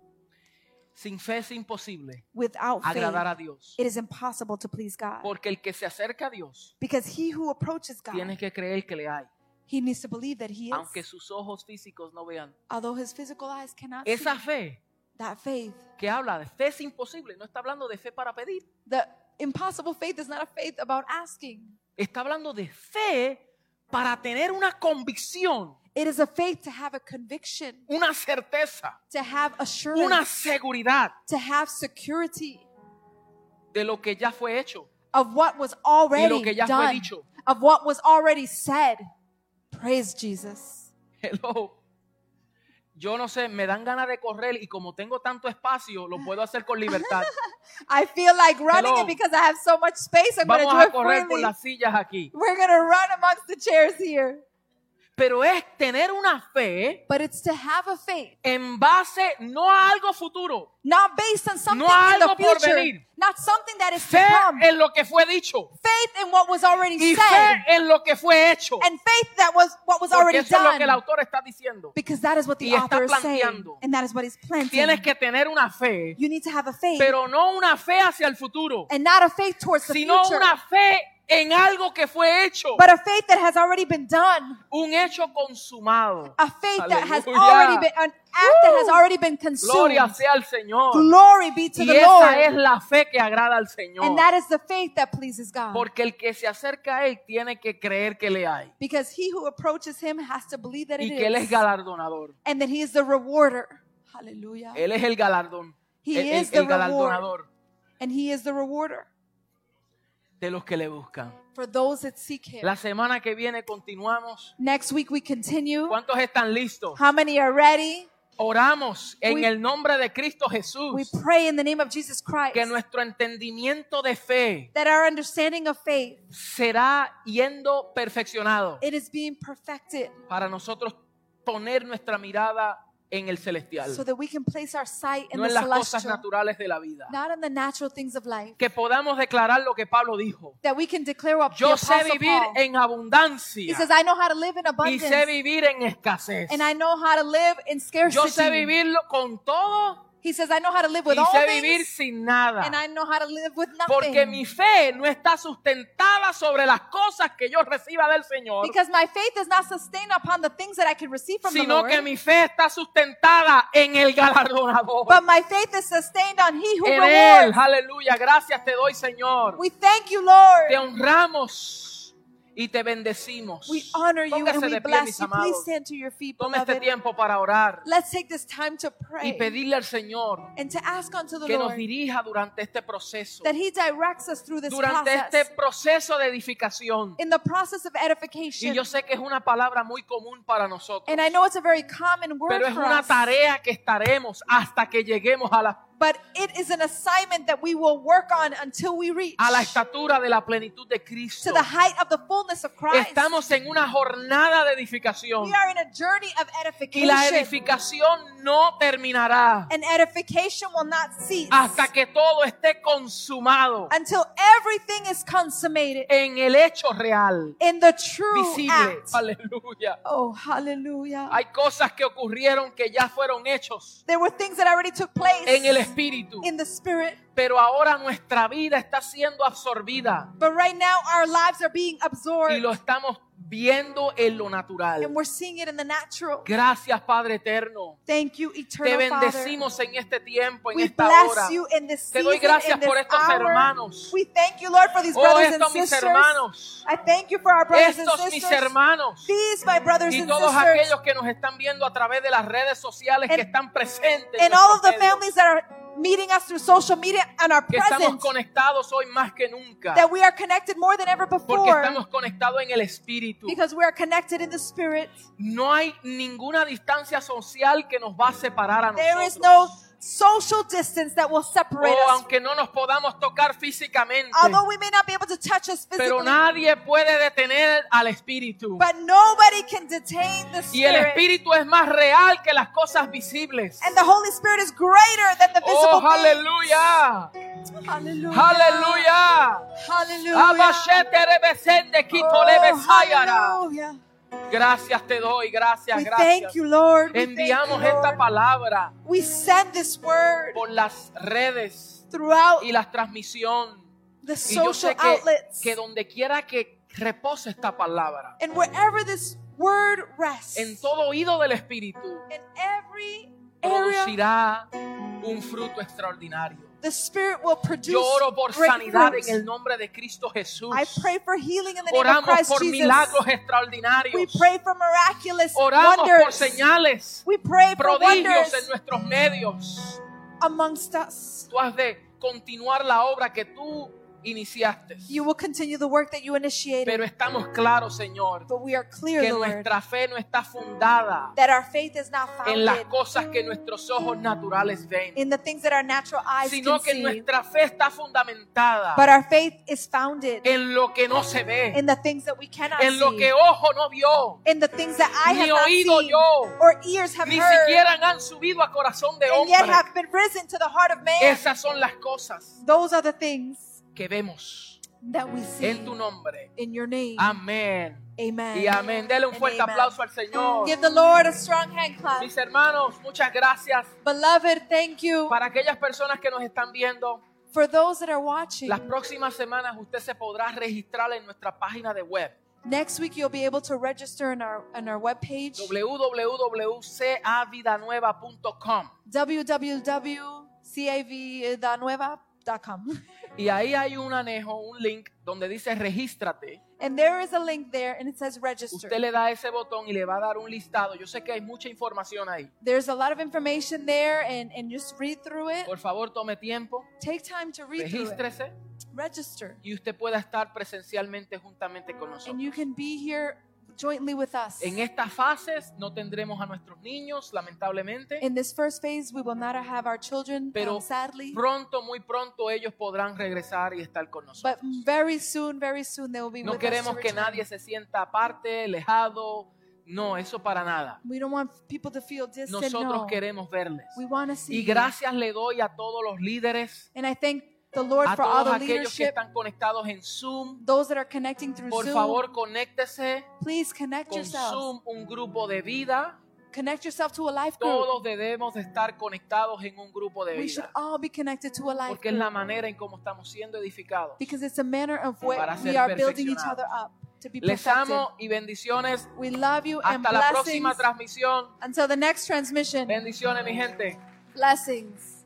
Speaker 1: Sin fe es imposible
Speaker 2: Without faith,
Speaker 1: agradar a Dios
Speaker 2: it is impossible to please God
Speaker 1: porque el que se acerca a Dios
Speaker 2: because he who approaches
Speaker 1: tiene
Speaker 2: God,
Speaker 1: que creer que le hay,
Speaker 2: he needs to believe that he
Speaker 1: aunque
Speaker 2: is,
Speaker 1: sus ojos físicos no vean.
Speaker 2: although his physical eyes cannot see
Speaker 1: Esa fe
Speaker 2: that faith.
Speaker 1: que habla de fe es imposible, no está hablando de fe para pedir,
Speaker 2: The impossible faith is not a faith about asking.
Speaker 1: está hablando de fe para tener una convicción,
Speaker 2: It is a faith to have a conviction,
Speaker 1: una certeza,
Speaker 2: to have assurance,
Speaker 1: una seguridad
Speaker 2: to have security
Speaker 1: de lo que ya fue hecho.
Speaker 2: of what was already
Speaker 1: que ya fue
Speaker 2: done,
Speaker 1: dicho.
Speaker 2: of what was already said. Praise Jesus.
Speaker 1: Hello. Yo no sé, me dan ganas de correr y como tengo tanto espacio, lo puedo hacer con libertad.
Speaker 2: I feel like running
Speaker 1: Hello.
Speaker 2: it because I have so much space. I'm going to
Speaker 1: Vamos
Speaker 2: do
Speaker 1: a
Speaker 2: it
Speaker 1: correr por
Speaker 2: freely.
Speaker 1: las sillas aquí.
Speaker 2: We're going to run amongst the chairs here.
Speaker 1: Pero es tener una fe
Speaker 2: But it's to have a faith,
Speaker 1: en base no a algo futuro,
Speaker 2: not based on
Speaker 1: No
Speaker 2: something in the
Speaker 1: algo por
Speaker 2: future,
Speaker 1: venir.
Speaker 2: not something that is
Speaker 1: fe
Speaker 2: to come.
Speaker 1: en lo que fue dicho
Speaker 2: Faith in what was already
Speaker 1: y
Speaker 2: said,
Speaker 1: fe en lo que fue hecho.
Speaker 2: and faith that was what was
Speaker 1: Porque
Speaker 2: already
Speaker 1: eso es lo que el
Speaker 2: done.
Speaker 1: autor está diciendo.
Speaker 2: Because that is what the
Speaker 1: Y está
Speaker 2: author is saying,
Speaker 1: planteando.
Speaker 2: and that is what he's planting.
Speaker 1: Tienes que tener una fe,
Speaker 2: You need to have a faith,
Speaker 1: pero no una fe hacia el futuro,
Speaker 2: and not a faith towards the
Speaker 1: sino
Speaker 2: future,
Speaker 1: una fe en algo que fue hecho,
Speaker 2: but a faith that has already been done.
Speaker 1: un hecho consumado.
Speaker 2: A faith that has
Speaker 1: Aleluya.
Speaker 2: already been, an act that has
Speaker 1: Woo.
Speaker 2: already been consumed.
Speaker 1: Gloria sea al Señor.
Speaker 2: Glory be to
Speaker 1: Y
Speaker 2: the
Speaker 1: esa es
Speaker 2: Lord.
Speaker 1: la fe que agrada al Señor.
Speaker 2: And that is the faith that pleases God.
Speaker 1: Porque el que se acerca a Él tiene que creer que le hay
Speaker 2: Because he who approaches him has to believe that it
Speaker 1: y que Él es
Speaker 2: is.
Speaker 1: galardonador.
Speaker 2: And that he is the rewarder. Hallelujah.
Speaker 1: Él es el galardón.
Speaker 2: He
Speaker 1: el, el-
Speaker 2: is the
Speaker 1: el galardonador
Speaker 2: And he is the rewarder
Speaker 1: de los que le buscan.
Speaker 2: for those that seek him.
Speaker 1: La semana que viene continuamos.
Speaker 2: Next week we continue.
Speaker 1: ¿Cuántos están listos?
Speaker 2: How many are ready?
Speaker 1: Oramos en
Speaker 2: We-
Speaker 1: el nombre de Cristo
Speaker 2: We
Speaker 1: Jesús
Speaker 2: pray in the name of Jesus Christ
Speaker 1: que nuestro entendimiento de fe
Speaker 2: that our understanding of faith
Speaker 1: será yendo perfeccionado
Speaker 2: it is being perfected
Speaker 1: para nosotros poner nuestra mirada en el celestial,
Speaker 2: so that we can place our sight in
Speaker 1: no
Speaker 2: the
Speaker 1: en las cosas
Speaker 2: celestial,
Speaker 1: naturales de la vida.
Speaker 2: not on the natural things of life.
Speaker 1: Que podamos declarar lo que Pablo dijo.
Speaker 2: That we can declare what the
Speaker 1: Yo sé
Speaker 2: Apostle
Speaker 1: vivir
Speaker 2: Paul.
Speaker 1: en
Speaker 2: He
Speaker 1: abundancia
Speaker 2: says, I know how to live in
Speaker 1: y sé
Speaker 2: abundance
Speaker 1: vivir en escasez.
Speaker 2: and I know how to live in
Speaker 1: Yo sé
Speaker 2: scarcity.
Speaker 1: vivirlo con todo
Speaker 2: He says, I know how to live with
Speaker 1: y
Speaker 2: all
Speaker 1: sé vivir
Speaker 2: things
Speaker 1: sin nada.
Speaker 2: and I know how to live with
Speaker 1: Porque mi
Speaker 2: nothing.
Speaker 1: fe no está sustentada sobre las cosas que yo reciba del Señor,
Speaker 2: Because my faith is not sustained upon the things that I can receive from the
Speaker 1: sino
Speaker 2: Lord,
Speaker 1: que mi fe está sustentada en el galardonador.
Speaker 2: but my faith is sustained on He who
Speaker 1: En Él,
Speaker 2: rewards.
Speaker 1: aleluya, gracias te doy Señor.
Speaker 2: We thank you, Lord.
Speaker 1: Te honramos y te bendecimos.
Speaker 2: We honor you
Speaker 1: Póngase
Speaker 2: and we
Speaker 1: de pie,
Speaker 2: bless
Speaker 1: mis
Speaker 2: you.
Speaker 1: amados.
Speaker 2: Please stand to your feet,
Speaker 1: Tome este
Speaker 2: beloved.
Speaker 1: tiempo para orar
Speaker 2: Let's take this time to
Speaker 1: y
Speaker 2: pray
Speaker 1: pedirle al Señor
Speaker 2: and to ask unto the
Speaker 1: que nos
Speaker 2: Lord
Speaker 1: dirija durante este proceso,
Speaker 2: that He directs us through this
Speaker 1: durante este
Speaker 2: process
Speaker 1: proceso de edificación.
Speaker 2: in the process of
Speaker 1: Y
Speaker 2: edification.
Speaker 1: yo sé que es una palabra muy común para nosotros.
Speaker 2: And I know it's a very common word
Speaker 1: Pero es
Speaker 2: for
Speaker 1: una
Speaker 2: us,
Speaker 1: tarea que estaremos hasta que lleguemos a la,
Speaker 2: but it is an assignment that we will work on until we reach
Speaker 1: a la estatura de la plenitud de
Speaker 2: to
Speaker 1: Cristo.
Speaker 2: the height of the fullness of Christ.
Speaker 1: Estamos en una jornada de edificación
Speaker 2: We are in a journey of
Speaker 1: y la
Speaker 2: edification,
Speaker 1: edificación no terminará
Speaker 2: and edification will not cease
Speaker 1: hasta que todo esté consumado
Speaker 2: until everything is consummated
Speaker 1: en el hecho real,
Speaker 2: in the true
Speaker 1: visible.
Speaker 2: act.
Speaker 1: Aleluya.
Speaker 2: Oh, hallelujah.
Speaker 1: Hay cosas que ocurrieron que ya fueron hechos
Speaker 2: There were things that already took place
Speaker 1: en el espíritu,
Speaker 2: in the spirit,
Speaker 1: pero ahora nuestra vida está siendo absorbida
Speaker 2: but right now our lives are being
Speaker 1: y
Speaker 2: absorbed
Speaker 1: lo estamos viendo en lo natural.
Speaker 2: and we're seeing it in the natural.
Speaker 1: Gracias, Padre eterno.
Speaker 2: Thank you,
Speaker 1: Te
Speaker 2: eternal Father.
Speaker 1: bendecimos en este tiempo, en
Speaker 2: We
Speaker 1: esta
Speaker 2: bless
Speaker 1: hora.
Speaker 2: you in this
Speaker 1: Te
Speaker 2: season,
Speaker 1: doy gracias
Speaker 2: in this
Speaker 1: por estos
Speaker 2: hour.
Speaker 1: hermanos.
Speaker 2: We thank you, Lord, for these
Speaker 1: Oh,
Speaker 2: brothers and
Speaker 1: estos mis
Speaker 2: sisters.
Speaker 1: hermanos.
Speaker 2: I thank you for our brothers
Speaker 1: Estos
Speaker 2: and
Speaker 1: mis
Speaker 2: sisters.
Speaker 1: hermanos
Speaker 2: These, my brothers
Speaker 1: y
Speaker 2: and
Speaker 1: todos
Speaker 2: sisters,
Speaker 1: aquellos que nos están viendo a través de las redes sociales
Speaker 2: And-
Speaker 1: que están presentes, en
Speaker 2: and all of
Speaker 1: nuestros
Speaker 2: the
Speaker 1: medios,
Speaker 2: families that are meeting us through social media and are
Speaker 1: que estamos
Speaker 2: present,
Speaker 1: conectados hoy más que nunca,
Speaker 2: that we are connected more than ever
Speaker 1: porque
Speaker 2: before
Speaker 1: estamos conectados en el espíritu.
Speaker 2: because we are connected in the
Speaker 1: Oh.
Speaker 2: spirit.
Speaker 1: No hay ninguna distancia social que nos va a separar a
Speaker 2: There is
Speaker 1: nosotros.
Speaker 2: no social distance that will separate
Speaker 1: Oh,
Speaker 2: us.
Speaker 1: aunque no nos podamos tocar físicamente,
Speaker 2: Although we may not be able to touch us
Speaker 1: pero
Speaker 2: physically,
Speaker 1: nadie puede detener al espíritu.
Speaker 2: but nobody can detain the
Speaker 1: Y el
Speaker 2: Spirit.
Speaker 1: espíritu es más real que las cosas visibles.
Speaker 2: And the Holy Spirit is greater than the
Speaker 1: Oh,
Speaker 2: visible
Speaker 1: aleluya.
Speaker 2: things. Hallelujah.
Speaker 1: Aleluya.
Speaker 2: Hallelujah.
Speaker 1: Abashete rebesende, quito leve
Speaker 2: Oh,
Speaker 1: sayara.
Speaker 2: hallelujah.
Speaker 1: Gracias te doy, gracias,
Speaker 2: We thank
Speaker 1: gracias.
Speaker 2: you, Lord. We, thank you,
Speaker 1: Enviamos esta
Speaker 2: Lord.
Speaker 1: palabra
Speaker 2: we send this word
Speaker 1: por las redes
Speaker 2: throughout
Speaker 1: y la transmisión.
Speaker 2: the
Speaker 1: Y yo
Speaker 2: social
Speaker 1: sé que,
Speaker 2: outlets.
Speaker 1: que donde quiera que repose esta palabra,
Speaker 2: And wherever this word rests,
Speaker 1: en todo oído del espíritu,
Speaker 2: in every area
Speaker 1: producirá un fruto extraordinario.
Speaker 2: The Spirit will produce
Speaker 1: Yo oro por
Speaker 2: great
Speaker 1: sanidad
Speaker 2: fruits.
Speaker 1: en el nombre de Cristo Jesús.
Speaker 2: I pray for healing in the name of
Speaker 1: Oramos
Speaker 2: Christ
Speaker 1: por
Speaker 2: Jesus.
Speaker 1: milagros
Speaker 2: We
Speaker 1: extraordinarios.
Speaker 2: pray for miraculous
Speaker 1: Oramos
Speaker 2: wonders.
Speaker 1: por señales,
Speaker 2: we pray for
Speaker 1: prodigios
Speaker 2: wonders
Speaker 1: en nuestros medios.
Speaker 2: amongst us.
Speaker 1: Tú has de continuar la obra que tú iniciaste.
Speaker 2: You will continue the work that you initiated.
Speaker 1: Pero estamos claros, Señor,
Speaker 2: But we are clear,
Speaker 1: que
Speaker 2: Lord,
Speaker 1: nuestra fe no está fundada
Speaker 2: that our faith is not
Speaker 1: en las
Speaker 2: founded
Speaker 1: cosas que nuestros ojos naturales ven,
Speaker 2: in the things that our natural eyes can
Speaker 1: sino que
Speaker 2: see,
Speaker 1: nuestra fe está fundamentada
Speaker 2: but our faith is founded
Speaker 1: en lo que no se ve,
Speaker 2: in the things that we cannot
Speaker 1: en lo
Speaker 2: see,
Speaker 1: que ojo no vio,
Speaker 2: in the things that I
Speaker 1: ni
Speaker 2: have not
Speaker 1: oído
Speaker 2: seen
Speaker 1: yo,
Speaker 2: or ears have
Speaker 1: ni
Speaker 2: heard,
Speaker 1: siquiera han subido a corazón de
Speaker 2: and yet
Speaker 1: hombre.
Speaker 2: have been risen to the heart of man.
Speaker 1: Esas son las cosas
Speaker 2: Those are the things
Speaker 1: que vemos
Speaker 2: that we see
Speaker 1: en tu nombre.
Speaker 2: in your name.
Speaker 1: Amén.
Speaker 2: Amen.
Speaker 1: Y amén. Dele un
Speaker 2: And
Speaker 1: fuerte
Speaker 2: amen.
Speaker 1: aplauso al Señor.
Speaker 2: Give the Lord a strong hand clap.
Speaker 1: Mis hermanos, muchas gracias.
Speaker 2: Beloved, thank you.
Speaker 1: Para aquellas personas que nos están viendo,
Speaker 2: For those that are watching,
Speaker 1: las próximas semanas usted se podrá registrar en nuestra página de web
Speaker 2: next week you'll be able to register on our on our webpage
Speaker 1: www.cavidanueva.com
Speaker 2: e www.cavdanueva.com.
Speaker 1: y ahí hay un anejo, un link donde dice regístrate.
Speaker 2: And there is a link there and it says register.
Speaker 1: Usted le da ese botón y le va a dar un listado. Yo sé que hay mucha información ahí.
Speaker 2: There's a lot of information there and and just read through it.
Speaker 1: Por favor, tome tiempo,
Speaker 2: Take time to read through it.
Speaker 1: regístrese
Speaker 2: Register.
Speaker 1: y usted pueda estar presencialmente juntamente con
Speaker 2: And you
Speaker 1: nosotros.
Speaker 2: can be here jointly with us.
Speaker 1: En estas fases no tendremos a nuestros niños, lamentablemente.
Speaker 2: In this first phase, we will not have our children,
Speaker 1: Pero
Speaker 2: um, sadly.
Speaker 1: Pronto, muy pronto, ellos podrán regresar y estar con
Speaker 2: But
Speaker 1: nosotros.
Speaker 2: very soon, very soon, they will be
Speaker 1: No
Speaker 2: with us.
Speaker 1: queremos
Speaker 2: to
Speaker 1: que
Speaker 2: return.
Speaker 1: nadie se sienta aparte, alejado. No, eso para nada.
Speaker 2: We don't want people to feel distant.
Speaker 1: Nosotros
Speaker 2: no.
Speaker 1: queremos verles.
Speaker 2: We want to see.
Speaker 1: Y
Speaker 2: you.
Speaker 1: gracias le doy a todos los líderes,
Speaker 2: And I thank the Lord
Speaker 1: a
Speaker 2: for all
Speaker 1: todos
Speaker 2: the
Speaker 1: aquellos que
Speaker 2: leadership,
Speaker 1: están conectados en Zoom.
Speaker 2: those that are connecting through
Speaker 1: Por
Speaker 2: Zoom.
Speaker 1: favor, conéctese
Speaker 2: Please connect
Speaker 1: con
Speaker 2: yourself.
Speaker 1: Zoom, un grupo de vida.
Speaker 2: Hmm. Connect yourself to a life group.
Speaker 1: Todos debemos de estar conectados en un grupo de
Speaker 2: we should
Speaker 1: vida,
Speaker 2: all be connected to a life
Speaker 1: porque es
Speaker 2: group
Speaker 1: la manera en cómo estamos siendo edificados.
Speaker 2: because it's a manner of
Speaker 1: Para
Speaker 2: what
Speaker 1: ser
Speaker 2: we are building each
Speaker 1: perfeccionados.
Speaker 2: other up to be
Speaker 1: Les
Speaker 2: perfected.
Speaker 1: amo y bendiciones.
Speaker 2: We love you and
Speaker 1: Hasta la
Speaker 2: blessings.
Speaker 1: próxima transmisión.
Speaker 2: Until the next transmission,
Speaker 1: Bendiciones, mi gente.
Speaker 2: blessings.